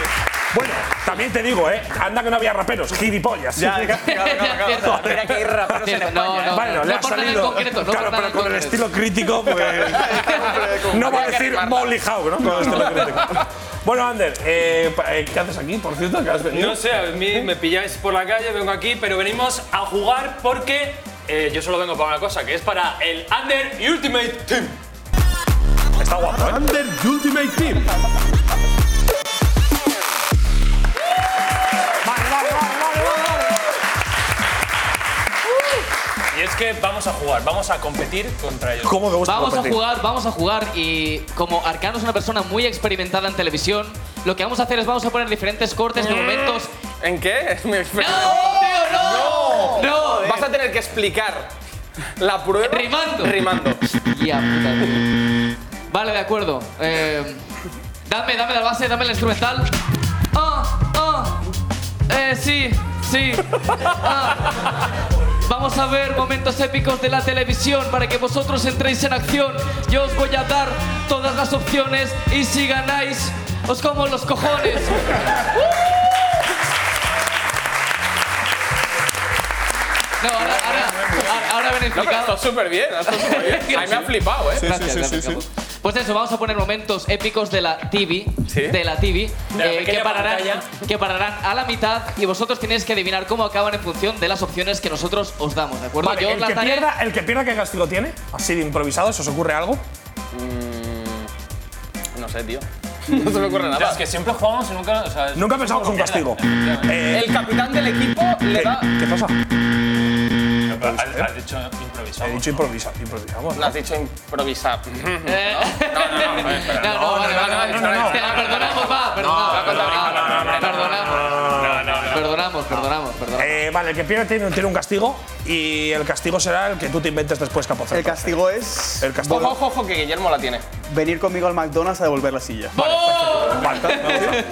Speaker 5: Bueno, también te digo, ¿eh? Anda que no había raperos, gilipollas.
Speaker 9: Ya, claro, claro, claro, claro. Mira que hay raperos en España, ¿eh?
Speaker 5: bueno,
Speaker 9: No
Speaker 5: le ha
Speaker 9: por nada en
Speaker 5: salido.
Speaker 9: concreto, no por
Speaker 5: claro,
Speaker 9: nada
Speaker 5: pero
Speaker 9: en
Speaker 5: con el
Speaker 9: concreto.
Speaker 5: estilo crítico, pues. no va a decir Molly Howe, ¿no? Con el estilo crítico. Bueno, Ander, eh, pa- eh, ¿qué haces aquí, por cierto? ¿Qué has venido?
Speaker 11: No sé, a mí me pilláis por la calle, vengo aquí, pero venimos a jugar porque eh, yo solo vengo para una cosa, que es para el Under Ultimate Team.
Speaker 5: Está guapo, ¿eh?
Speaker 11: Under Ultimate Team. Y es que vamos a jugar, vamos a competir contra ellos.
Speaker 2: Vamos a jugar, vamos a jugar y como Arcano es una persona muy experimentada en televisión, lo que vamos a hacer es vamos a poner diferentes cortes
Speaker 4: Mm.
Speaker 2: de momentos.
Speaker 4: ¿En qué? ¡No,
Speaker 2: tío, no! ¡No!
Speaker 4: Vas a tener que explicar la prueba.
Speaker 2: Rimando.
Speaker 4: Rimando.
Speaker 2: Ya, puta, tío. Vale, de acuerdo. Eh, dame, dame la base, dame el instrumental. Ah, ah. Eh, sí, sí. Ah. Vamos a ver momentos épicos de la televisión para que vosotros entréis en acción. Yo os voy a dar todas las opciones y si ganáis, os como los cojones. No, ahora, ahora, ahora ven
Speaker 4: No, pero
Speaker 2: explicado.
Speaker 4: está súper bien, está súper bien. A mí me ha flipado, ¿eh?
Speaker 2: Sí, sí, Gracias, sí, gracias, sí, sí. Pues eso, vamos a poner momentos épicos de la TV, de la TV,
Speaker 11: la
Speaker 2: eh, que,
Speaker 11: pequeña
Speaker 2: pararán,
Speaker 11: pantalla.
Speaker 2: que pararán a la mitad y vosotros tenéis que adivinar cómo acaban en función de las opciones que nosotros os damos, ¿de acuerdo?
Speaker 5: Vale,
Speaker 2: Yo os
Speaker 5: el,
Speaker 2: las
Speaker 5: que
Speaker 2: daré-
Speaker 5: pierda, ¿El que pierda qué castigo tiene? Así de improvisado, ¿se os ocurre algo?
Speaker 4: No sé, tío. No se me ocurre nada.
Speaker 11: Ya, es que siempre jugamos y nunca. O sea,
Speaker 5: Nunca pensamos en un castigo. Eh,
Speaker 4: El capitán del equipo le
Speaker 5: ¿Qué,
Speaker 4: da.
Speaker 5: qué pasa?
Speaker 11: Has has dicho improvisado.
Speaker 5: He dicho improvisa, improvisamos.
Speaker 4: Lo has dicho improvisar.
Speaker 2: Eh,
Speaker 4: No, no,
Speaker 2: No, no, vale, vale, vale. Te la perdonamos, va, perdonamos. Perdonamos, perdonamos, perdonamos.
Speaker 5: Eh, vale, el que pierda tiene, tiene un castigo y el castigo será el que tú te inventes después, Capozato.
Speaker 9: El castigo es
Speaker 5: El castigo.
Speaker 4: Ojo, ojo, ojo, que Guillermo la tiene.
Speaker 9: venir conmigo al McDonald's a devolver la silla.
Speaker 5: Vale,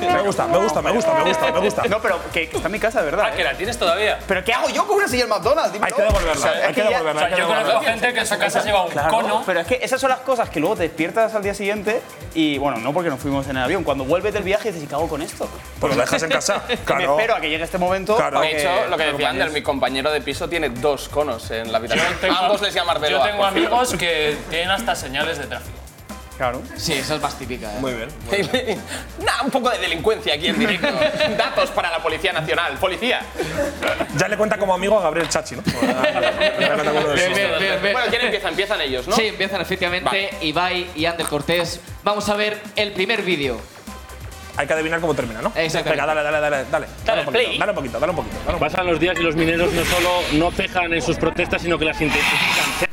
Speaker 5: me gusta, me gusta, me gusta, me gusta, me gusta.
Speaker 9: No, pero que está en mi casa, de verdad.
Speaker 11: Ah, que
Speaker 9: ¿eh?
Speaker 11: la tienes todavía.
Speaker 9: ¿Pero qué hago yo con una silla del McDonald's? Dímelo.
Speaker 5: Hay que devolverla,
Speaker 9: O sea, es
Speaker 5: hay que
Speaker 9: ya-
Speaker 11: O
Speaker 5: devolverla, hay
Speaker 11: sea,
Speaker 5: que
Speaker 11: yo conozco
Speaker 5: devolverla.
Speaker 11: gente que en su casa lleva un
Speaker 9: Claro,
Speaker 11: cono.
Speaker 9: Pero es que esas son las cosas que luego te despiertas al día siguiente y, bueno, no porque nos fuimos en el avión. Cuando vuelves del viaje dices, ¿y qué hago con esto?
Speaker 5: Pues lo dejas en casa,
Speaker 9: Me
Speaker 5: claro.
Speaker 9: espero a que llegue este momento.
Speaker 5: Claro.
Speaker 9: para
Speaker 4: De hecho, lo que
Speaker 9: me
Speaker 4: decía
Speaker 9: acompañes.
Speaker 4: Ander, mi compañero de piso tiene dos conos en la
Speaker 11: Yo
Speaker 4: habitación.
Speaker 11: tengo-
Speaker 4: Ambos les llaman
Speaker 11: Yo
Speaker 4: Arbeloa.
Speaker 11: tengo amigos que tienen hasta señales de tráfico.
Speaker 9: Claro.
Speaker 2: Sí, esa es más típica, ¿eh?
Speaker 5: Muy bien.
Speaker 4: Nah, un poco de delincuencia aquí en directo. Datos para la Policía Nacional. Policía.
Speaker 5: Ya le cuenta como amigo a Gabriel Chachi, ¿no? Ya le cuenta como uno de
Speaker 2: Bien,
Speaker 5: sus-
Speaker 2: bien, bien, bien.
Speaker 4: Bueno, ¿quién empieza? Empiezan ellos, ¿no?
Speaker 2: Sí, empiezan efectivamente
Speaker 4: Vale.
Speaker 2: Ibai y Ander Cortés. Vamos a ver el primer vídeo.
Speaker 5: Hay que adivinar cómo termina, ¿no?
Speaker 2: Exactamente.
Speaker 5: Venga, dale, dale, dale, dale. Dale un poquito,
Speaker 11: play.
Speaker 5: dale un poquito, dale un poquito. dale un poquito.
Speaker 12: Pasan los días y los mineros no solo no cejan en sus protestas, sino que las intensifican.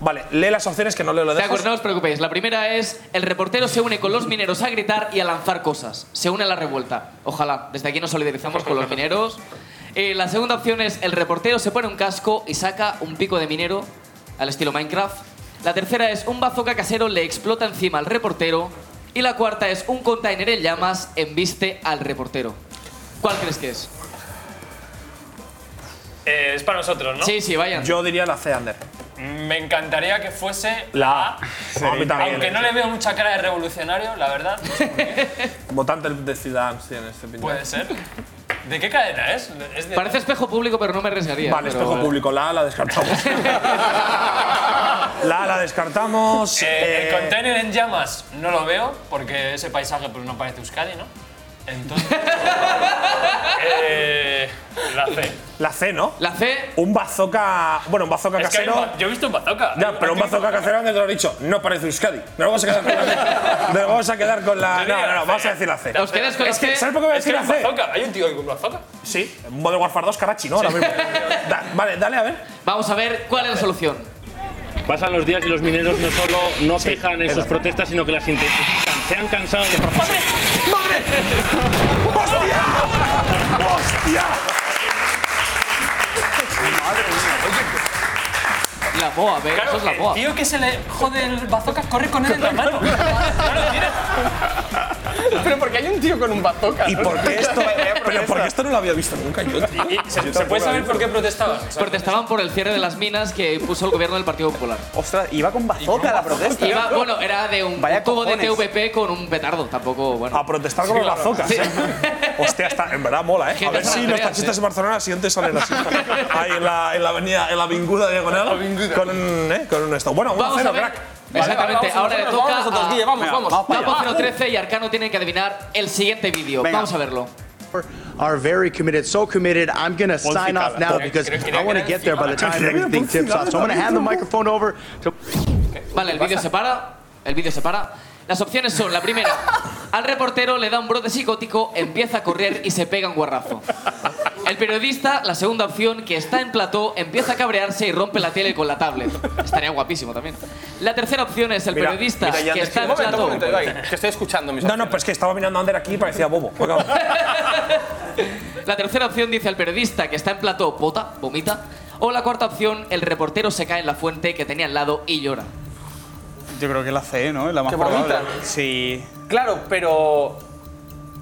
Speaker 5: Vale, lee las opciones que no leo lo
Speaker 2: De
Speaker 5: dejas.
Speaker 2: acuerdo, no os preocupéis. La primera es, el reportero se une con los mineros a gritar y a lanzar cosas. Se une a la revuelta. Ojalá. Desde aquí nos solidarizamos con los mineros. Eh, la segunda opción es, el reportero se pone un casco y saca un pico de minero al estilo Minecraft. La tercera es, un bazooka casero le explota encima al reportero. Y la cuarta es, un container en llamas embiste al reportero. ¿Cuál crees que es?
Speaker 11: Eh, es para nosotros, ¿no?
Speaker 2: Sí, sí, vayan.
Speaker 5: Yo diría la C, Ander.
Speaker 11: Mm, Me encantaría que fuese
Speaker 5: La A. A mí también. eh.
Speaker 11: Aunque no le veo mucha cara de revolucionario, la verdad,
Speaker 5: Votante de Ciudadanos tiene este pintor.
Speaker 11: puede ser. ¿De qué cadena es? ¿Es de-
Speaker 2: Parece espejo público, pero no me arriesgaría.
Speaker 5: Vale,
Speaker 2: pero-
Speaker 5: espejo público. La A la descartamos. la A la descartamos.
Speaker 11: Eh,
Speaker 5: eh,
Speaker 11: El container en llamas no lo veo, porque ese paisaje pues, no parece Euskadi, ¿no? Entonces. eh, la C.
Speaker 5: La C, ¿no?
Speaker 2: La C,
Speaker 5: Un bazooka. Bueno, un bazooka
Speaker 11: Es que hay un
Speaker 5: casero.
Speaker 11: ba- yo he visto un bazooka.
Speaker 5: Ya, pero un bazooka casero antes te lo he dicho. No parece Euskadi. Nos vamos a quedar con la C. Nos vamos a quedar con la.
Speaker 11: Yo diría
Speaker 5: No, no,
Speaker 11: la
Speaker 5: no,
Speaker 11: C.
Speaker 5: vamos a decir la C.
Speaker 2: os quedáis con la
Speaker 5: Es que,
Speaker 2: C.
Speaker 5: ¿sabes por qué voy a
Speaker 11: Es que
Speaker 5: decir
Speaker 11: hay
Speaker 5: la
Speaker 11: un
Speaker 5: C?
Speaker 11: bazooka. Hay un tío con un bazooka.
Speaker 5: Sí, Modern Warfare 2 Karachi, ¿no? Ahora mismo. Da- vale, dale, a ver.
Speaker 2: Vamos a ver cuál es la solución.
Speaker 12: Pasan los días y los mineros no solo no cejan en sus protestas, sino que las intensifican. Se han cansado de
Speaker 5: ¡Hostia! ¡Hostia!
Speaker 2: La boa, ve,
Speaker 11: Claro,
Speaker 2: eso es la
Speaker 11: el
Speaker 2: boa.
Speaker 11: tío que se le jode el bazocas corre con él en la mano.
Speaker 4: Pero porque hay un tío con un bazooka.
Speaker 5: ¿Y por qué esto? Pero porque esto no lo había visto nunca yo. tío. Yo tampoco lo había visto.
Speaker 11: qué protestaban?
Speaker 2: Protestaban por el cierre de las minas que puso el gobierno del Partido Popular.
Speaker 9: Ostras, iba con bazooka la protesta.
Speaker 2: Iba- bueno, era de un
Speaker 9: Vaya
Speaker 2: tubo de
Speaker 9: cojones.
Speaker 2: TVP con un petardo, tampoco, bueno.
Speaker 5: A protestar con los bazocas, ¿eh? Hostia, está, en verdad mola, ¿eh? A
Speaker 2: Gente
Speaker 5: ver si
Speaker 2: son
Speaker 5: los
Speaker 2: Andreas,
Speaker 5: taxistas
Speaker 2: ¿eh?
Speaker 5: en Barcelona siguiente salen así. Ahí en la, en la avenida, en la vinguda diagonal. Con, ¿eh? con un esto. Bueno, un
Speaker 2: Vamos a
Speaker 5: cero,
Speaker 2: ver.
Speaker 5: crack.
Speaker 2: Exactamente, ahora le toca a
Speaker 4: vamos, vamos.
Speaker 2: Capo 013 y Arcano tienen que adivinar el siguiente vídeo.
Speaker 13: Venga.
Speaker 2: Vamos a verlo.
Speaker 13: are very committed, so committed. I'm going to
Speaker 2: Pon
Speaker 13: sign off
Speaker 2: cigala.
Speaker 13: now
Speaker 2: Pon-
Speaker 13: because
Speaker 2: creo que
Speaker 13: I want to
Speaker 2: era
Speaker 13: get there by the
Speaker 2: cigala.
Speaker 13: time
Speaker 2: Creo que era
Speaker 13: everything
Speaker 2: pon
Speaker 13: tips
Speaker 2: cigala
Speaker 13: off. So I'm going to hand the
Speaker 2: también,
Speaker 13: microphone over to.
Speaker 2: Vale, el vídeo se para. El vídeo se para. Las opciones son, la primera, al reportero le da un brote psicótico, empieza a correr y se pega un guarrazo. El periodista, la segunda opción, que está en plató, empieza a cabrearse y rompe la tele con la tablet. Estaría guapísimo también. La tercera opción es el
Speaker 5: Mira,
Speaker 2: periodista
Speaker 5: mira, ya
Speaker 2: que
Speaker 5: antes-
Speaker 2: está
Speaker 5: un
Speaker 2: en
Speaker 5: momento,
Speaker 2: plató.
Speaker 5: un momento, Ibai,
Speaker 4: que estoy escuchando mis
Speaker 5: No, no, pues que estaba mirando a Ander aquí y parecía bobo. Me acabo.
Speaker 2: La tercera opción dice al periodista que está en plató, pota, vomita. O la cuarta opción, el reportero se cae en la fuente que tenía al lado y llora.
Speaker 9: Yo creo que la C, ¿no? Es la más
Speaker 2: ¿Qué
Speaker 9: probable.
Speaker 2: pregunta?
Speaker 9: Sí.
Speaker 4: Claro, pero.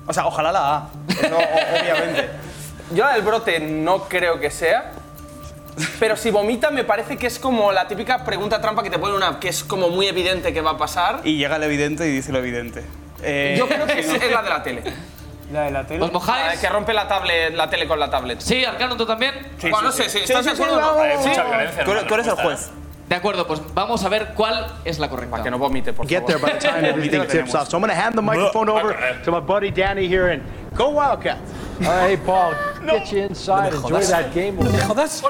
Speaker 9: O sea, ojalá la A. Eso, o- obviamente.
Speaker 4: Yo la del brote no creo que sea. Pero si vomita, me parece que es como la típica pregunta trampa que te pone una que es como muy evidente que va a pasar.
Speaker 9: Y llega el evidente y dice lo evidente. Eh,
Speaker 4: Yo creo que es, es la de la tele.
Speaker 9: ¿La de la tele?
Speaker 5: Ah,
Speaker 2: ¿Os mojáis?
Speaker 4: La de que rompe la, tablet, la tele con la tablet.
Speaker 2: Sí, Arcano, tú también.
Speaker 4: bueno, no sé, si ¿estás de acuerdo o no? Sí. Tú eres- tú eres el juez.
Speaker 2: De acuerdo, pues vamos a ver cuál es la correcta. Para que no
Speaker 4: vomite, por
Speaker 13: Get there by the time everything tips off. So I'm going to hand the microphone over to my buddy Danny here and go Wildcats. All right, Paul, get you inside.
Speaker 14: Enjoy that game.
Speaker 13: No me
Speaker 5: jodas.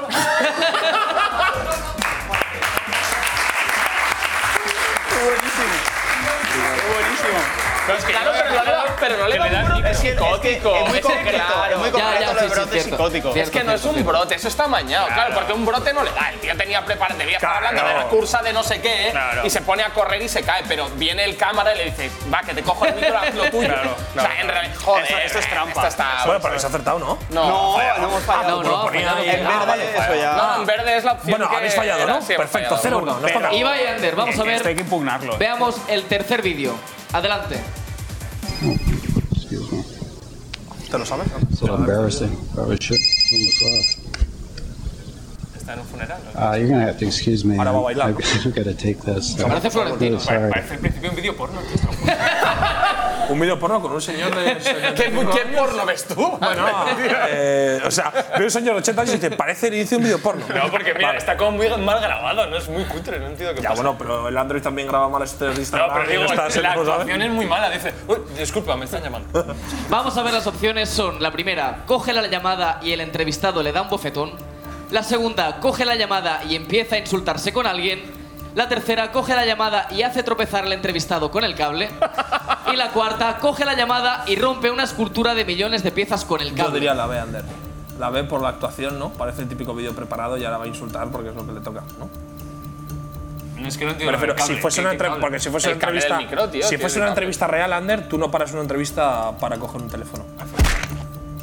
Speaker 4: Claro, pero no le da- pero no le da un brote psicótico.
Speaker 9: es muy
Speaker 4: Ese
Speaker 9: concreto, es muy concreto lo de brote psicótico.
Speaker 4: Es que no es un brote, eso está mañado. Claro, porque un brote no le da. El tío tenía preparado, debía estar
Speaker 9: Claro.
Speaker 4: hablando de la cursa de no sé qué
Speaker 9: Claro.
Speaker 4: y se pone a correr y se cae. Pero viene el cámara y le dice, va, que te cojo el micro, haz lo tuyo.
Speaker 5: Claro,
Speaker 4: o sea,
Speaker 5: claro.
Speaker 4: en realidad, joder,
Speaker 5: Eso- eso es
Speaker 4: trampa. Esto está,
Speaker 5: Bueno, pero habéis acertado, ¿no?
Speaker 4: No,
Speaker 5: no,
Speaker 4: no hemos fallado.
Speaker 5: Ah,
Speaker 4: No, no,
Speaker 5: ponía
Speaker 4: fallado.
Speaker 5: ahí.
Speaker 4: En verde,
Speaker 5: vale,
Speaker 4: eso ya. No, en verde es la opción
Speaker 5: Bueno,
Speaker 4: que
Speaker 5: habéis fallado,
Speaker 4: era,
Speaker 5: ¿no?
Speaker 4: sí, hemos
Speaker 5: Perfecto,
Speaker 4: fallado.
Speaker 5: 0-1. nos toca.
Speaker 2: Ibai y Ander, vamos a ver.
Speaker 9: Esto hay que impugnarlo.
Speaker 5: ¿eh?
Speaker 2: Veamos el tercer vídeo. Adelante.
Speaker 5: ¿Te lo sabes?
Speaker 15: embarrassing. Probably should.
Speaker 11: Está en un funeral.
Speaker 15: Uh, you're gonna have to excuse me.
Speaker 11: Ahora va a
Speaker 15: I,
Speaker 11: bailar.
Speaker 15: I gotta take this.
Speaker 11: Se parece
Speaker 15: I'm
Speaker 11: Florentino.
Speaker 15: really sorry.
Speaker 11: Parece el principio de un vídeo porno. tío.
Speaker 5: Un vídeo porno con un señor de.
Speaker 4: ¿Qué, ¿Qué porno ves tú?
Speaker 5: Bueno, eh, o sea, veo un señor de 80 años y te parece que hice un vídeo porno.
Speaker 11: No, porque mira, está como muy mal grabado, no es muy cutre, no entiendo qué
Speaker 5: Ya,
Speaker 11: pasa.
Speaker 5: bueno, pero el Android también graba mal este estos de
Speaker 11: no,
Speaker 5: Instagram.
Speaker 11: pero
Speaker 5: y
Speaker 11: digo,
Speaker 5: estas,
Speaker 11: la
Speaker 5: ¿sabes?
Speaker 11: actuación es muy mala, dice. "Uy, disculpa, me están llamando.
Speaker 2: Vamos a ver las opciones son la primera, coge la llamada y el entrevistado le da un bofetón. La segunda, coge la llamada y empieza a insultarse con alguien. La tercera, coge la llamada y hace tropezar al entrevistado con el cable. Y la cuarta, coge la llamada y rompe una escultura de millones de piezas con el
Speaker 5: Yo
Speaker 2: cable.
Speaker 5: diría la B, Ander. La B por la actuación, ¿no? Parece el típico vídeo preparado y ahora va a insultar porque es lo que le toca, ¿no?
Speaker 11: No es que no entiendo.
Speaker 5: Me refiero,
Speaker 11: el cable,
Speaker 5: si fuese
Speaker 11: ¿qué-
Speaker 5: una,
Speaker 11: qué
Speaker 5: entre-
Speaker 11: cable?
Speaker 5: porque si fuese
Speaker 11: El
Speaker 5: una
Speaker 11: cable del
Speaker 5: entrevista,
Speaker 11: micro, tío,
Speaker 5: si
Speaker 11: tío,
Speaker 5: fuese
Speaker 11: el
Speaker 5: una
Speaker 11: cable.
Speaker 5: entrevista real, Ander, tú no paras una entrevista para coger un teléfono.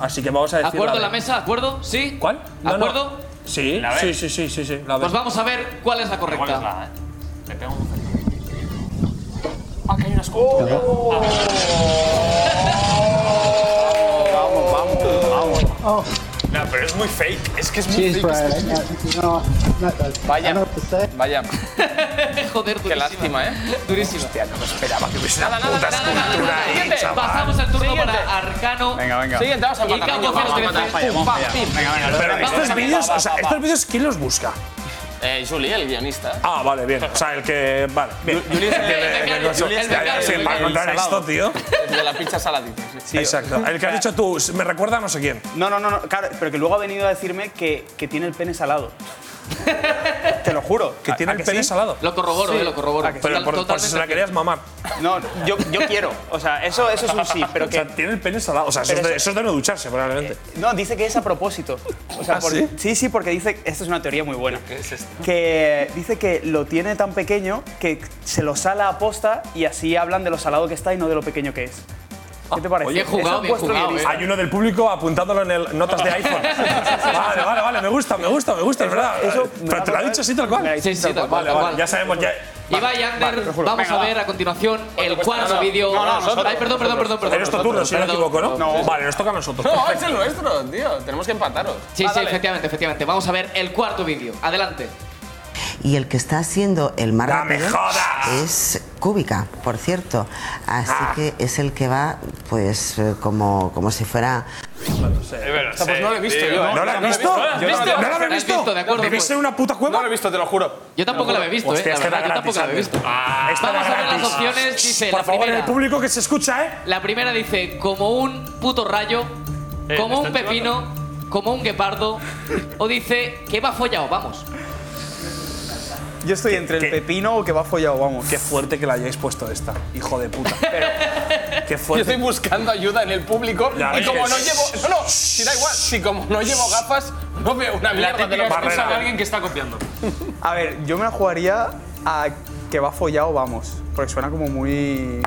Speaker 5: Así que vamos a decir.
Speaker 2: ¿Acuerdo
Speaker 5: B.
Speaker 2: la mesa? ¿Acuerdo? ¿Sí?
Speaker 5: ¿Cuál? No, no.
Speaker 2: ¿Acuerdo?
Speaker 5: Sí,
Speaker 2: La B.
Speaker 5: sí, sí, sí, sí, sí, la B.
Speaker 2: Pues vamos a ver cuál es la correcta.
Speaker 11: Le pego un
Speaker 2: Acá hay una escultura.
Speaker 9: Vamos, vamos, vamos.
Speaker 11: No, pero es muy fake. Es que es muy
Speaker 14: Jeez,
Speaker 11: fake.
Speaker 14: Brian.
Speaker 11: es que-
Speaker 14: I- I- No, not that. I don't know what to say.
Speaker 4: Vaya.
Speaker 2: Joder, durísima.
Speaker 4: Qué lástima, ¿eh?
Speaker 2: Durísima.
Speaker 4: Hostia, no me esperaba que hubiese nada, nada,
Speaker 5: puta
Speaker 4: nada, nada, nada,
Speaker 5: escultura
Speaker 4: nada.
Speaker 5: ahí,
Speaker 4: Siguiente.
Speaker 5: chaval.
Speaker 2: Pasamos el turno
Speaker 4: Siguiente.
Speaker 2: para Arcano.
Speaker 5: Venga, venga.
Speaker 4: Siguiente, vamos a
Speaker 2: Y
Speaker 4: empatar.
Speaker 2: Capo
Speaker 4: coño, vamos a
Speaker 2: 013.
Speaker 4: empatar. Pum, pam, pim.
Speaker 5: Pero
Speaker 4: Vamos,
Speaker 5: estos
Speaker 4: va,
Speaker 5: vídeos,
Speaker 4: va,
Speaker 5: o sea,
Speaker 4: va, va.
Speaker 5: estos vídeos, ¿quién los busca?
Speaker 4: Eh, Julie, el guionista.
Speaker 5: Ah, vale, bien. O sea, el que. Vale, bien.
Speaker 4: Juli es el-
Speaker 5: El que le-
Speaker 4: el
Speaker 5: que
Speaker 4: becario,
Speaker 5: cosa-
Speaker 4: Juli es el becario,
Speaker 5: Sí,
Speaker 4: el
Speaker 5: Para
Speaker 4: becario,
Speaker 5: contar
Speaker 4: el salado.
Speaker 5: esto, tío.
Speaker 4: El de la pizza saladita. sí.
Speaker 5: Exacto. El que has dicho tú, me recuerda a no sé quién.
Speaker 9: No, no, no, no, claro, pero que luego ha venido a decirme que, que tiene el pene salado. Te lo juro.
Speaker 5: Que
Speaker 9: ¿A-
Speaker 5: tiene
Speaker 9: a
Speaker 5: el pene
Speaker 9: sí?
Speaker 5: salado.
Speaker 2: Lo corroboro, eh, lo corroboro.
Speaker 9: ¿A que sí?
Speaker 5: Pero por, por si se la querías mamar.
Speaker 9: No, yo, yo quiero. O sea, eso, eso es un sí, pero que.
Speaker 5: O sea, tiene el pene salado. O sea, eso es,
Speaker 9: Pero
Speaker 5: de, eso
Speaker 9: eso-
Speaker 5: es de no ducharse, probablemente.
Speaker 9: No, dice que es a propósito. O sea,
Speaker 5: ¿Ah,
Speaker 9: por-
Speaker 5: sí?
Speaker 9: sí, sí, porque dice. Esta es una teoría muy buena.
Speaker 11: ¿Qué es esto?
Speaker 9: Que dice que lo tiene tan pequeño que se lo sala a posta y así hablan de lo salado que está y no de lo pequeño que es. ¿Qué te parece?
Speaker 5: Ah, Oye, jugado, bien jugado, eh. Hay uno del público apuntándolo en el notas de iPhone. vale, vale, vale, me gusta, me gusta, me gusta, es verdad. Pero te lo ha dicho así tal cual.
Speaker 2: Sí, sí, tal cual,
Speaker 5: Vale,
Speaker 2: tal
Speaker 5: vale,
Speaker 2: cual.
Speaker 5: ya sabemos, ya.
Speaker 2: Ibai y Ander,
Speaker 5: vale, te juro.
Speaker 2: vamos
Speaker 5: Venga,
Speaker 2: a
Speaker 5: va.
Speaker 2: ver a continuación el
Speaker 5: cuesta?
Speaker 2: cuarto
Speaker 5: No, no.
Speaker 2: vídeo.
Speaker 5: No, no, nosotros.
Speaker 2: Ay, perdón, perdón, perdón, perdón.
Speaker 5: En nuestro turno, si no me equivoco, ¿no? Vale, nos toca a nosotros.
Speaker 4: No, es el nuestro, tío. Tenemos que empataros.
Speaker 2: Sí,
Speaker 4: Va,
Speaker 2: sí,
Speaker 4: dale.
Speaker 2: efectivamente, efectivamente. Vamos a ver el cuarto vídeo. Adelante.
Speaker 16: Y el que está haciendo el más
Speaker 2: ¡No me
Speaker 16: rápido
Speaker 2: jodas! Ah.
Speaker 16: es Cúbica, por cierto. Así que es el que va, pues, eh, como, como si fuera.
Speaker 4: Esta, pues no lo he visto
Speaker 5: tío,
Speaker 4: yo.
Speaker 5: ¿no
Speaker 4: ¿eh?
Speaker 5: la has visto?
Speaker 4: ¿No la has
Speaker 5: Yo no
Speaker 4: visto?
Speaker 5: la- ¿no la habéis
Speaker 4: ¿La has
Speaker 5: visto?
Speaker 4: De acuerdo,
Speaker 5: ¿Vivís
Speaker 4: pues.
Speaker 5: en una puta cueva?
Speaker 4: No lo he visto, te lo juro.
Speaker 2: Yo tampoco la he visto,
Speaker 5: Hostia,
Speaker 2: eh.
Speaker 5: este
Speaker 2: La verdad,
Speaker 5: era
Speaker 2: yo tampoco la he
Speaker 5: gratis,
Speaker 2: visto.
Speaker 5: Ander. Este era
Speaker 2: Ah. Vamos a ver las
Speaker 5: gratis.
Speaker 2: opciones. Dice
Speaker 5: Por
Speaker 2: la
Speaker 5: favor,
Speaker 2: primera.
Speaker 5: el público que se escucha, ¿eh?
Speaker 2: La primera dice, como un puto rayo,
Speaker 5: Eh,
Speaker 2: como
Speaker 5: ¿me
Speaker 2: un
Speaker 5: están
Speaker 2: pepino, como un guepardo, o dice, que va follado, vamos.
Speaker 9: Yo estoy entre el pepino o que va follado, vamos.
Speaker 5: Qué fuerte que la hayáis puesto esta, hijo de puta. Qué
Speaker 4: Yo
Speaker 5: fuerte.
Speaker 4: estoy buscando ayuda en el público
Speaker 5: Ya
Speaker 4: y
Speaker 5: ves.
Speaker 4: como no llevo. No, no, si da igual, si como no llevo gafas, no veo una
Speaker 11: La
Speaker 4: mierda de
Speaker 11: típica
Speaker 4: lo que
Speaker 11: excusa de
Speaker 4: pasa.
Speaker 11: alguien que está copiando.
Speaker 9: A ver, yo me la jugaría a que va follado, vamos. Porque suena como muy.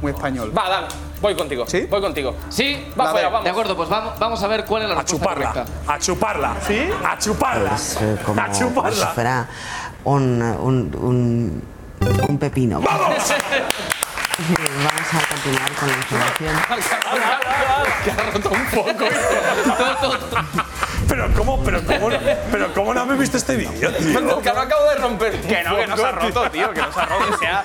Speaker 9: muy español.
Speaker 4: Va, dale, voy contigo. ¿Sí? Voy contigo.
Speaker 2: Sí,
Speaker 4: va
Speaker 9: A
Speaker 4: fuera,
Speaker 9: ver,
Speaker 4: vamos.
Speaker 2: De acuerdo, pues vamos, vamos a ver cuál es la respuesta
Speaker 5: chuparla,
Speaker 2: correcta.
Speaker 5: A chuparla. ¿Sí? A chuparla.
Speaker 16: Es eh, como,
Speaker 5: A
Speaker 16: como si
Speaker 5: chuparla.
Speaker 16: fuera un, un, un, un pepino.
Speaker 5: ¡Vamos!
Speaker 16: Vamos a continuar con la información.
Speaker 4: Que ha roto un poco.
Speaker 5: Pero cómo, pero cómo, no- pero cómo no habéis visto este vídeo, tío.
Speaker 4: Que no acabo de romper.
Speaker 9: Que no, que no se ha roto, tío, que no se ha roto. Se ha,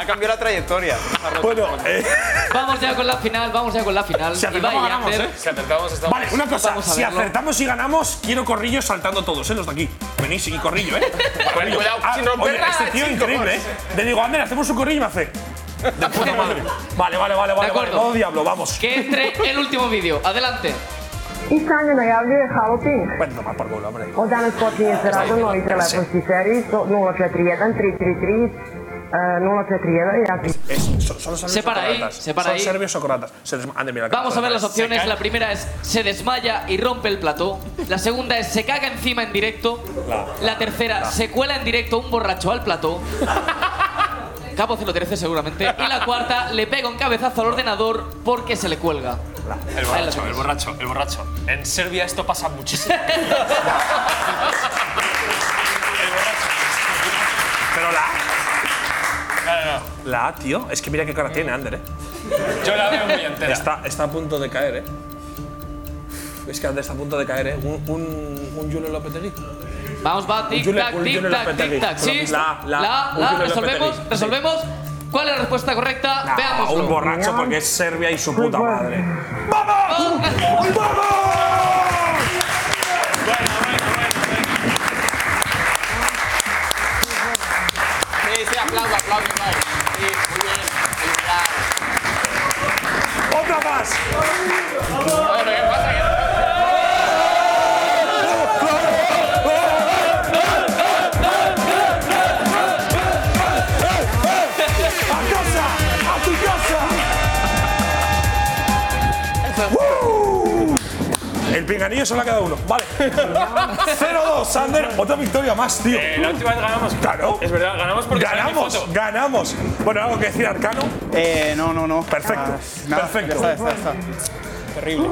Speaker 9: ha cambiado la trayectoria.
Speaker 5: Bueno, eh,
Speaker 2: Vamos ya con la final, vamos ya con la final.
Speaker 5: Si acertamos,
Speaker 2: Ibai y
Speaker 5: ganamos,
Speaker 2: Ander.
Speaker 5: ¿eh?
Speaker 4: Si acertamos, estamos.
Speaker 5: Vale, una cosa,
Speaker 2: Vamos a
Speaker 5: si
Speaker 2: verlo.
Speaker 5: acertamos y ganamos, quiero corrillo saltando todos, ¿eh? Los de aquí. Venís y corrillo, ¿eh? Corrillo.
Speaker 4: cuidado, sin romper
Speaker 5: oye,
Speaker 4: nada,
Speaker 5: este tío
Speaker 4: chicos.
Speaker 5: increíble, ¿eh? Le digo, Ander, hacemos un corrillo y me hace. De puta madre. Vale, vale, vale, vale. vale
Speaker 2: acuerdo.
Speaker 5: modo diablo, vamos.
Speaker 2: Que entre el último vídeo. Adelante.
Speaker 17: I sangue najavljuje Haloping.
Speaker 5: Bueno, tomar por culo, hombre.
Speaker 17: Od danas počinje sa radom novi telefonski servis 041 333 041. Ja sam
Speaker 5: Es- son, son los serbios
Speaker 2: Se para
Speaker 5: o
Speaker 2: ahí,
Speaker 5: croatas.
Speaker 2: se para
Speaker 5: son
Speaker 2: ahí.
Speaker 5: serbios o croatas. Se des- Ander, mira la cara
Speaker 2: Vamos a ver
Speaker 5: otra
Speaker 2: las
Speaker 5: vez.
Speaker 2: opciones.
Speaker 5: Se
Speaker 2: La primera es se desmaya y rompe el plató. La segunda es se caga encima en directo. La tercera, se cuela en directo un borracho al plató. Capo 013 seguramente. Y la cuarta, le pega un cabezazo al ordenador porque se le cuelga.
Speaker 11: El borracho, el borracho, el borracho. En Serbia esto pasa muchísimo.
Speaker 5: Pero la. La A, tío. Es que mira qué cara tiene Ander, eh.
Speaker 11: Yo la veo muy entera.
Speaker 5: Está, está a punto de caer, eh. Uf, Es que Ander está a punto de caer, eh. Un, un, un Julio Lopetegui.
Speaker 2: Vamos, va, tic,
Speaker 5: Julio-
Speaker 2: tac,
Speaker 5: un
Speaker 2: tic,
Speaker 5: Julio
Speaker 2: tac,
Speaker 5: Lopetegui.
Speaker 2: tic, tac. Sí,
Speaker 5: La, la,
Speaker 2: la,
Speaker 5: un
Speaker 2: la,
Speaker 5: Julio
Speaker 2: resolvemos,
Speaker 5: Lopetegui.
Speaker 2: resolvemos. ¿Cuál es la respuesta correcta?
Speaker 5: A
Speaker 2: Veámoslo.
Speaker 5: un borracho porque es Serbia y su puta madre.
Speaker 4: Sí, sí, aplaudo, aplaudo, Ibai. Sí, muy bien. felicidades.
Speaker 5: ¡Otra más! ¡A casa! ¡A tu casa! ¡Woo! El pinganillo solo ha quedado uno. Vale. 0-2, Sander. Otra victoria más, tío.
Speaker 11: Eh, la última vez ganamos.
Speaker 5: Claro.
Speaker 11: Es verdad, ganamos porque sale mi
Speaker 5: Ganamos,
Speaker 11: foto.
Speaker 5: ganamos. Bueno, ¿algo que decir, Arcano?
Speaker 9: Eh, no, no, no.
Speaker 5: Perfecto.
Speaker 9: Nada,
Speaker 5: Perfecto.
Speaker 9: ya está, ya está, ya
Speaker 5: Terrible.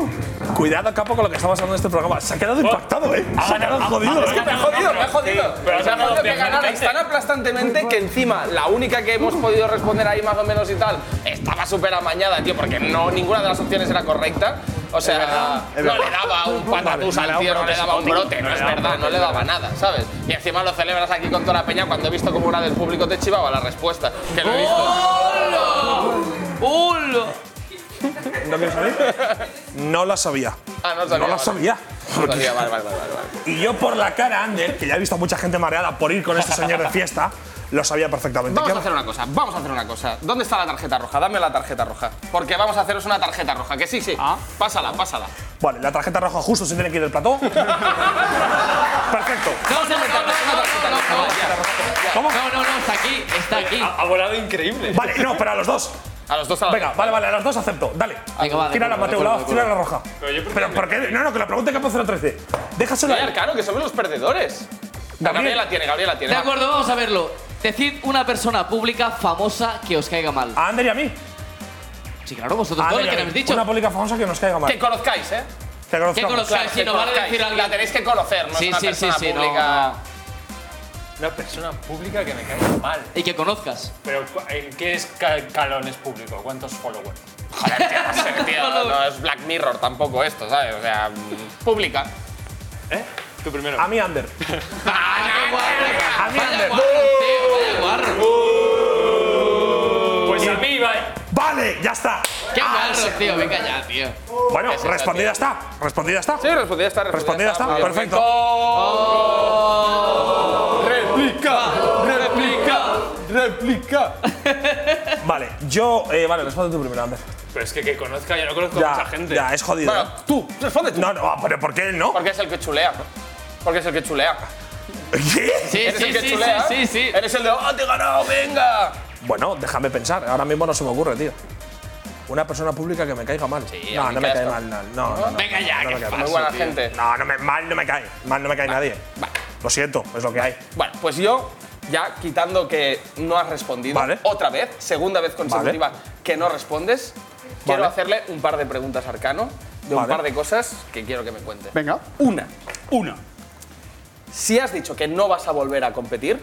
Speaker 5: Cuidado, capo, con lo que estamos hablando en este programa. Se ha quedado impactado, ¿eh?
Speaker 4: Ah,
Speaker 5: Se ha quedado jodido,
Speaker 4: Es que me ha
Speaker 5: ¿eh?
Speaker 4: jodido, me ha
Speaker 11: Sí,
Speaker 4: jodido.
Speaker 11: pero has
Speaker 4: me ha
Speaker 11: ganado
Speaker 4: jodido que ganarais
Speaker 11: aplastantemente.
Speaker 4: tan aplastantemente que encima la única que hemos podido responder ahí más o menos y tal estaba súper amañada, tío, porque no, ninguna de las opciones era correcta. O sea,
Speaker 9: es
Speaker 4: no
Speaker 9: verdad.
Speaker 4: le daba un patatús
Speaker 9: Vale,
Speaker 4: al tío, no le daba un brote, no es
Speaker 9: le daba un
Speaker 4: verdad,
Speaker 9: brote,
Speaker 4: no le daba nada, ¿sabes? Y encima lo celebras aquí con toda la peña cuando he visto como una del público te chivaba la respuesta. Que lo he visto.
Speaker 5: ¿No quieres salir? No la sabía.
Speaker 4: Ah, no lo
Speaker 5: No
Speaker 4: sabía. vale.
Speaker 5: la sabía.
Speaker 4: No lo sabía, vale, vale, vale. vale.
Speaker 5: Y yo por la cara, Ander, que ya he visto a mucha gente mareada por ir con este señor de fiesta, lo sabía perfectamente.
Speaker 4: Vamos
Speaker 5: ¿Qué-
Speaker 4: a hacer una cosa, vamos a hacer una cosa. ¿Dónde está la tarjeta roja? Dame la tarjeta roja. Porque vamos a haceros una tarjeta roja, que sí, sí. Pásala, pásala.
Speaker 5: Vale, la tarjeta roja justo se tiene que ir del plató. Perfecto.
Speaker 2: No, no, no, no, no, no, no, no. No, no, no, está aquí, está aquí.
Speaker 4: Ah,
Speaker 11: Ha volado increíble.
Speaker 5: Vale, no, pero a los dos.
Speaker 4: A los dos a la
Speaker 5: Venga, vale, vale, a los dos acepto. Dale.
Speaker 2: Venga, va, de
Speaker 5: tira la
Speaker 2: acuerdo,
Speaker 5: Mateo,
Speaker 2: de acuerdo,
Speaker 5: la-
Speaker 2: de
Speaker 5: tira
Speaker 2: acuerdo.
Speaker 5: la roja.
Speaker 11: Pero yo por
Speaker 5: Pero ¿por qué? No, no, que la pregunta que hace 013. Déjaselo.
Speaker 4: Oye, Arcano, que somos los perdedores. Ah, Gabriel la tiene, Gabriel la tiene.
Speaker 2: De
Speaker 4: va.
Speaker 2: acuerdo, vamos a
Speaker 4: Ah.
Speaker 2: verlo. Decid una persona pública famosa que os caiga mal.
Speaker 5: ¿A Ander y a mí?
Speaker 2: Sí, claro, vosotros
Speaker 5: A
Speaker 2: Pues todo
Speaker 5: ver, a
Speaker 2: lo que
Speaker 5: ver,
Speaker 2: habéis dicho.
Speaker 5: Una política famosa que nos caiga mal.
Speaker 4: Que conozcáis, ¿eh?
Speaker 5: Que conozcamos.
Speaker 4: Que conozcáis, si
Speaker 2: que
Speaker 4: no vale
Speaker 2: conozcáis.
Speaker 4: decir algo. La tenéis que conocer, no
Speaker 2: Sí,
Speaker 4: es una
Speaker 2: sí, sí,
Speaker 4: persona
Speaker 2: sí, no,
Speaker 4: pública.
Speaker 11: Una persona pública que me caiga mal.
Speaker 2: Y que conozcas.
Speaker 11: Pero, ¿cu- ¿en qué escalón es público? ¿Cuántos followers?
Speaker 4: Joder, tío, no sé, tío, no es Black Mirror tampoco esto, ¿sabes? O sea, mm, pública.
Speaker 11: ¿Eh? Tú primero.
Speaker 2: Ah,
Speaker 5: A mí, Ander.
Speaker 11: A
Speaker 4: Ah,
Speaker 5: mí, Ander.
Speaker 4: Uh.
Speaker 11: Pues a mí, va.
Speaker 5: Vale, ya está.
Speaker 2: Qué
Speaker 5: Ah,
Speaker 2: malo,
Speaker 5: sí.
Speaker 2: tío, venga ya, tío.
Speaker 5: Bueno,
Speaker 2: ¿Qué es esto,
Speaker 5: respondida
Speaker 2: tío?
Speaker 5: está. Respondida está.
Speaker 4: Sí, respondida está.
Speaker 5: Respondida está. Perfecto.
Speaker 4: Oh.
Speaker 1: Replica, replica, replica.
Speaker 5: Vale, yo. eh, vale, responde tú primero, Ander.
Speaker 11: Pero es que que conozca, yo no conozco a
Speaker 5: Ya,
Speaker 11: mucha gente.
Speaker 5: ya, es jodido.
Speaker 11: Bueno,
Speaker 5: ¿eh? tú, responde tú. No, no, pero ¿por qué él no?
Speaker 4: Porque es el que chulea. Porque es el que chulea.
Speaker 5: ¿Qué?
Speaker 4: Eres el que chulea. Eres el de, ¡oh, te he ganado, venga!
Speaker 5: Bueno, déjame pensar. Ahora mismo no se me ocurre, tío. Una persona pública que me caiga mal.
Speaker 4: a
Speaker 5: no,
Speaker 4: mí
Speaker 5: no me
Speaker 4: que
Speaker 5: cae
Speaker 4: esto.
Speaker 5: mal. No, no, no, no,
Speaker 4: Venga ya,
Speaker 5: no
Speaker 4: que
Speaker 5: me cae
Speaker 4: muy
Speaker 5: mal.
Speaker 4: buena
Speaker 5: Sí, tío.
Speaker 4: gente.
Speaker 5: No, no me, mal no me cae. Mal no me cae nadie. Lo siento, es lo que hay.
Speaker 4: Vale, pues yo, ya quitando que no has respondido otra vez, segunda vez consecutiva que no respondes, quiero hacerle un par de preguntas a arcano de un
Speaker 9: Vale.
Speaker 4: par de cosas que quiero que me cuente.
Speaker 9: Venga.
Speaker 4: Una. Una. Si has dicho que no vas a volver a competir,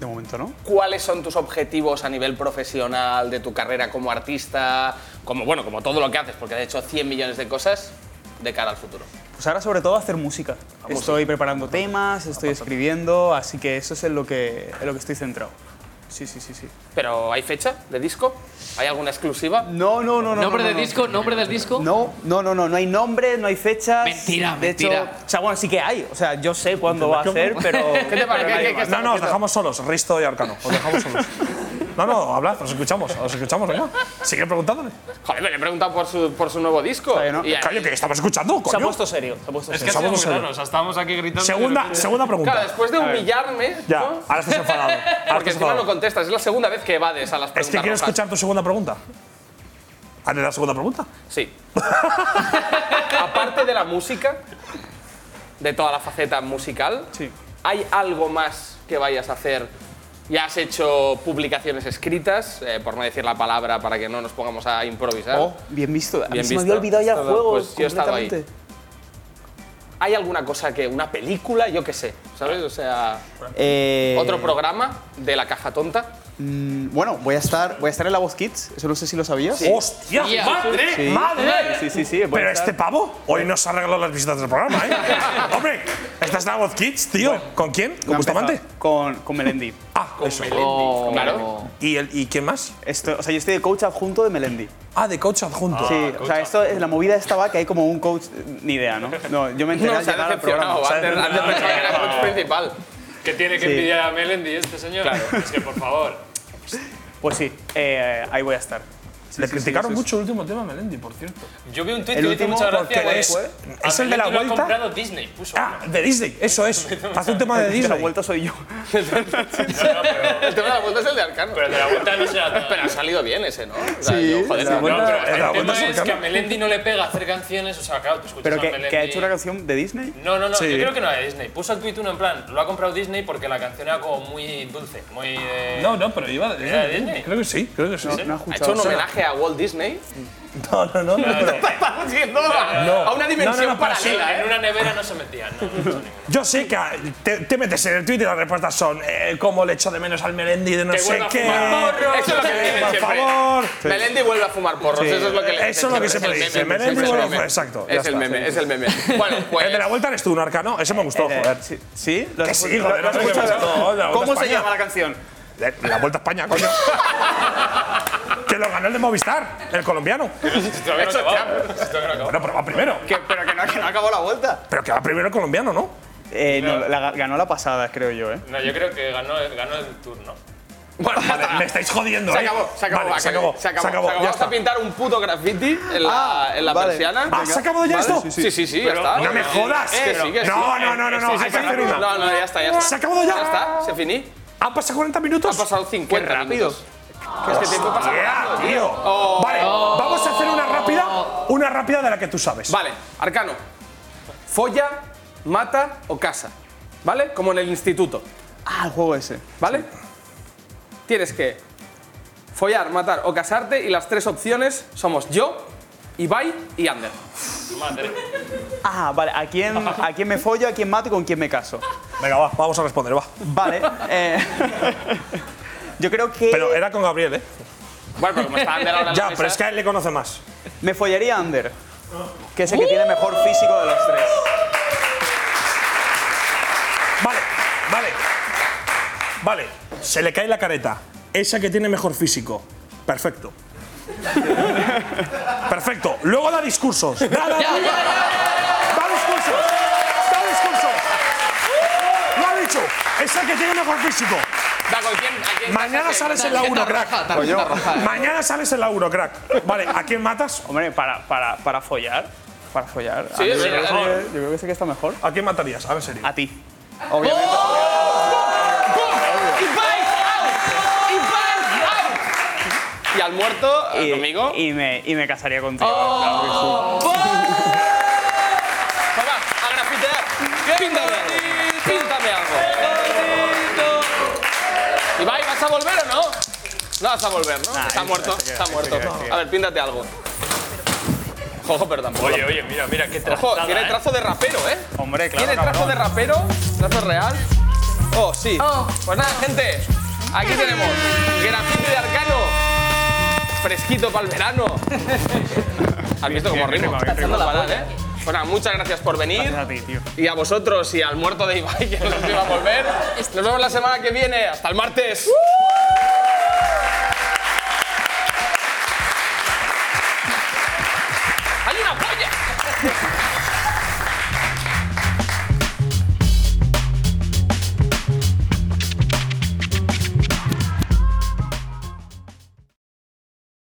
Speaker 9: De momento no.
Speaker 4: ¿cuáles son tus objetivos a nivel profesional, de tu carrera como artista, como bueno, como todo lo que haces, porque has hecho 100 millones de cosas de cara al futuro?
Speaker 9: Pues ahora sobre todo hacer música. Estoy preparando temas, estoy escribiendo, así que eso es en lo que, en lo que estoy centrado. Sí, sí, sí, sí.
Speaker 4: ¿Pero hay fecha de disco? ¿Hay alguna exclusiva?
Speaker 9: No, no, no, no.
Speaker 4: ¿Nombre
Speaker 9: no,
Speaker 4: de
Speaker 9: no.
Speaker 4: disco? ¿Nombre del disco?
Speaker 9: No, no, no, no. No hay nombre, no hay fechas.
Speaker 4: Mentira,
Speaker 9: de
Speaker 4: mentira.
Speaker 9: Hecho, o sea, bueno, sí que hay. O sea, yo sé cuándo va a ser, pero.
Speaker 4: ¿Qué te parece? ¿Qué- qué- qué
Speaker 5: no,
Speaker 4: estamos
Speaker 5: no, os
Speaker 4: haciendo?
Speaker 5: dejamos solos, Risto y Arcano. Os dejamos solos. No, no, hablad, os escuchamos, os escuchamos, venga. Sigue preguntándole.
Speaker 4: Joder, me le he preguntado por su, por su nuevo disco. Y-
Speaker 5: Coño, que estamos escuchando, coño.
Speaker 9: Se ha puesto serio. Se ha puesto
Speaker 11: Es
Speaker 9: serio.
Speaker 11: que ha sido
Speaker 5: Estamos
Speaker 11: muy
Speaker 5: en-
Speaker 11: raro, o sea, estábamos aquí gritando.
Speaker 5: Segunda- segunda pregunta.
Speaker 4: Claro, después de
Speaker 5: A ver.
Speaker 4: humillarme.
Speaker 5: Ya,
Speaker 4: ¿no?
Speaker 5: ahora estás enfadado. ahora
Speaker 4: Porque
Speaker 5: estás
Speaker 4: encima
Speaker 5: enfadado.
Speaker 4: no contestas, es la segunda vez que evades a las
Speaker 5: Es
Speaker 4: preguntas.
Speaker 5: que quiero
Speaker 4: rojas.
Speaker 5: escuchar tu segunda pregunta. Hazle la segunda pregunta.
Speaker 4: Sí. Aparte de la música, de toda la faceta musical, ¿hay algo más que vayas a hacer? Ya has hecho publicaciones escritas, eh, por no decir la palabra para que no nos pongamos a improvisar.
Speaker 9: Oh, bien visto. A mí
Speaker 4: Bien
Speaker 9: se me
Speaker 4: visto.
Speaker 9: había olvidado ya el
Speaker 4: Está bien.
Speaker 9: juego.
Speaker 4: Pues yo he estado ahí.
Speaker 9: completamente.
Speaker 4: ¿Hay alguna cosa que, una película, yo qué sé, ¿sabes? O sea,
Speaker 9: Eh,
Speaker 4: otro programa de la caja tonta.
Speaker 9: mm, bueno, voy a, estar, voy a estar en la Voz Kids. Eso no sé si lo sabías.
Speaker 4: Sí. ¡Hostia, Sí. madre,
Speaker 9: Sí.
Speaker 4: madre!
Speaker 9: Sí, sí, sí. voy a
Speaker 5: Pero
Speaker 9: estar-
Speaker 5: este pavo hoy nos ha arreglado las visitas del programa, ¿eh? Hombre, esta es la voz Kids, tío. ¿Con quién? ¿Con
Speaker 9: No,
Speaker 5: Bustamante?
Speaker 9: empezaba Con, con Melendi.
Speaker 5: Ah, con eso.
Speaker 9: claro.
Speaker 5: ¿Y, el, ¿Y quién más?
Speaker 9: Esto, o sea, yo estoy de coach adjunto de Melendi.
Speaker 5: Ah, de coach adjunto.
Speaker 9: sí, o sea, esto, la movida estaba que hay como un coach. Ni idea, ¿no? No, yo me enteré
Speaker 4: No,
Speaker 9: al
Speaker 4: se ha
Speaker 9: llegar al
Speaker 4: decepcionado.
Speaker 9: programa.
Speaker 4: Antes, antes pensaba que era coach principal.
Speaker 11: Que tiene que
Speaker 9: Sí.
Speaker 11: envidiar a Melendi este señor. Es que, por favor.
Speaker 9: Pues sí, eh, ahí voy a estar.
Speaker 5: Le criticaron mucho el último tema a Melendi, por cierto.
Speaker 11: Yo vi un tweet
Speaker 5: El
Speaker 11: que me hizo
Speaker 5: último
Speaker 11: mucha gracia.
Speaker 5: porque
Speaker 11: güey.
Speaker 5: es-
Speaker 4: Ah,
Speaker 11: A
Speaker 5: es el de
Speaker 11: Melendi
Speaker 5: la
Speaker 11: lo ha
Speaker 5: vuelta.
Speaker 11: comprado Disney, puso.
Speaker 5: Ah, de Disney, eso es. Hace un tema de
Speaker 9: De la
Speaker 5: Disney.
Speaker 9: vuelta soy yo.
Speaker 4: El tema de la vuelta es el de Arcano.
Speaker 11: Pero de la vuelta no será nada.
Speaker 4: Pero ha salido bien ese, ¿no? O
Speaker 9: Sí,
Speaker 4: yo,
Speaker 9: de la
Speaker 4: no,
Speaker 9: vuelta-
Speaker 4: pero-
Speaker 9: de la
Speaker 11: El tema
Speaker 9: vuelta es
Speaker 11: es
Speaker 9: cercano.
Speaker 11: que a Melendi no le pega hacer canciones, o sea, claro, tú escuchas
Speaker 9: Pero
Speaker 11: a
Speaker 9: que,
Speaker 11: Melendi.
Speaker 9: que ha hecho una canción de Disney.
Speaker 11: No, no, no,
Speaker 9: Sí.
Speaker 11: yo creo que no era de Disney. Puso el tweet uno en plan, lo ha comprado Disney porque la canción era como muy dulce, muy de.
Speaker 5: No, no, pero iba de
Speaker 11: ¿Era de Disney?
Speaker 5: Creo que sí, creo que sí.
Speaker 11: No, no ha
Speaker 4: Ha hecho un homenaje a Walt Disney.
Speaker 5: No, no, no. pero-
Speaker 4: Estamos yendo a,
Speaker 5: No.
Speaker 4: a una dimensión
Speaker 5: No, no, no, pero sí.
Speaker 4: paralela, ¿eh?
Speaker 11: En una nevera no se metían, no.
Speaker 5: Yo sé que ah, te, te metes en el Twitter y las respuestas son eh, cómo le echo de menos al Melendi de no
Speaker 4: Que
Speaker 5: sé
Speaker 4: vuelva a
Speaker 5: qué.
Speaker 4: fumar porros. Eso es lo que
Speaker 5: Eh,
Speaker 4: dicen
Speaker 5: Por
Speaker 4: siempre.
Speaker 5: favor.
Speaker 4: Melendi vuelve a fumar porros,
Speaker 5: Sí.
Speaker 4: eso es lo que le
Speaker 5: Eso es lo que siempre
Speaker 4: el
Speaker 5: dice,
Speaker 4: meme,
Speaker 5: Melendi
Speaker 4: es el
Speaker 5: vuelve a
Speaker 4: meme.
Speaker 5: fumar, exacto, ya
Speaker 4: Es el
Speaker 5: está,
Speaker 4: meme,
Speaker 5: sí.
Speaker 4: es el meme. Bueno,
Speaker 5: El de
Speaker 4: pues.
Speaker 5: la vuelta eres tú, un arcano. Ese me
Speaker 9: Eh,
Speaker 5: gustó, joder.
Speaker 9: ¿Sí? ¿Lo has
Speaker 5: Que sí,
Speaker 9: escuchado?
Speaker 5: joder.
Speaker 9: ¿Lo has
Speaker 5: no sé qué me
Speaker 9: escuchado?
Speaker 5: gustó, joder, la Vuelta
Speaker 9: ¿Cómo
Speaker 5: a
Speaker 9: se
Speaker 5: España.
Speaker 9: llama la canción?
Speaker 5: De- Eh, La Vuelta a España, coño. que lo ganó el de Movistar, el colombiano.
Speaker 11: Todavía no acabamos. Todavía no acabamos.
Speaker 5: Bueno, pero va primero.
Speaker 9: Pero que no, que no acabó la vuelta.
Speaker 5: Pero que va primero el colombiano, ¿no?
Speaker 9: Eh, no, la, ganó la pasada, creo yo, ¿eh?
Speaker 11: No, yo creo que ganó, ganó el turno.
Speaker 5: Vale, me estáis jodiendo,
Speaker 4: Se
Speaker 5: ¿eh?
Speaker 4: acabó, se acabó,
Speaker 5: Vale, se acabó,
Speaker 4: se acabó. Se acabó
Speaker 5: ya
Speaker 4: hasta
Speaker 5: está.
Speaker 4: pintar un puto graffiti en la,
Speaker 5: Ah,
Speaker 4: en la
Speaker 5: vale.
Speaker 4: persiana.
Speaker 5: Ah, ¿se ha acabado ya esto?
Speaker 4: Sí, sí, sí, ya
Speaker 5: Pero-
Speaker 4: está.
Speaker 5: No me jodas.
Speaker 4: Eh, que sí, que sí.
Speaker 5: No, no, no, no, no,
Speaker 4: Sí, sí,
Speaker 5: hay
Speaker 4: sí.
Speaker 5: que hacer una.
Speaker 4: No, no, ya está, ya está.
Speaker 5: ¿Se ha acabado ya?
Speaker 4: Ya está, se finí.
Speaker 5: ¿Han pasado 40 minutos?
Speaker 4: Ha pasado 50 Qué rápido. Es que este tiempo pasa
Speaker 5: Hostia,
Speaker 4: rápido,
Speaker 5: tío.
Speaker 4: Oh.
Speaker 5: Vale,
Speaker 4: Oh.
Speaker 5: vamos a hacer una rápida, una rápida de la que tú sabes.
Speaker 4: Vale, Arcano. Folla, mata o casa. ¿Vale? Como en el instituto.
Speaker 9: Ah, el juego ese.
Speaker 4: ¿Vale? Tienes que Follar, matar o casarte y las tres opciones somos yo, Ibai y Ander.
Speaker 9: Ah, vale. ¿A quién, ¿A quién me follo, a quién mato y con quién me caso?
Speaker 5: Venga, va, vamos a responder, va.
Speaker 9: Vale. eh, yo creo que. Pero
Speaker 5: era con Gabriel, ¿eh?
Speaker 4: Bueno, pero como está Ander ahora en la
Speaker 5: Ya, pero es que a él le conoce más.
Speaker 9: Me follaría a Ander, que es el que tiene mejor físico de los tres.
Speaker 5: Vale, vale. Vale, se le cae la careta. Esa que tiene mejor físico. Perfecto. Perfecto. Luego da discursos. Da, da, da,
Speaker 3: Ya, ya, ya,
Speaker 5: Da discursos. Da discursos. Lo ha dicho. Esa que tiene mejor físico. Mañana sales en la 1, crack.
Speaker 9: Coño.
Speaker 5: Mañana sales en la 1, crack. Vale, ¿a quién matas?
Speaker 9: Hombre, para, para, para follar. Para follar.
Speaker 5: Sí,
Speaker 9: yo,
Speaker 5: sí,
Speaker 9: creo
Speaker 5: mejor.
Speaker 9: que, yo creo que sé que está mejor.
Speaker 5: ¿A quién matarías? A ver, serio.
Speaker 9: A ti. Obviamente.
Speaker 4: Y al muerto,
Speaker 9: y, conmigo. Y me, y me casaría contigo. claro que sí.
Speaker 4: ¡Oh! a grafitear. Píntame, píntame algo. Ibai, ¿vas a volver o no? No vas a volver, ¿no? está muerto,
Speaker 11: se queda,
Speaker 4: está
Speaker 11: se
Speaker 4: muerto.
Speaker 11: queda, se queda.
Speaker 4: A ver, píntate algo. Ojo, pero tampoco.
Speaker 11: Oye, oye, mira, mira, qué
Speaker 4: Ojo,
Speaker 11: trazada,
Speaker 4: tiene
Speaker 11: ¿eh?
Speaker 4: trazo de rapero, ¿eh?
Speaker 9: Hombre, claro,
Speaker 4: Tiene trazo
Speaker 9: cabrón.
Speaker 4: de rapero, trazo real. Oh, sí. Pues nada, gente, aquí tenemos grafite de arcano. Fresquito para el verano. ¿Has visto cómo
Speaker 9: bien,
Speaker 4: rimo?
Speaker 9: bien, bien, bien.
Speaker 4: No parar, ¿eh? Pues nada, muchas gracias por venir.
Speaker 9: Gracias a ti, tío.
Speaker 4: Y a vosotros y al muerto de Ibai, que no sé si va a volver. Nos vemos la semana que viene. Hasta el martes. ¡Hay una polla!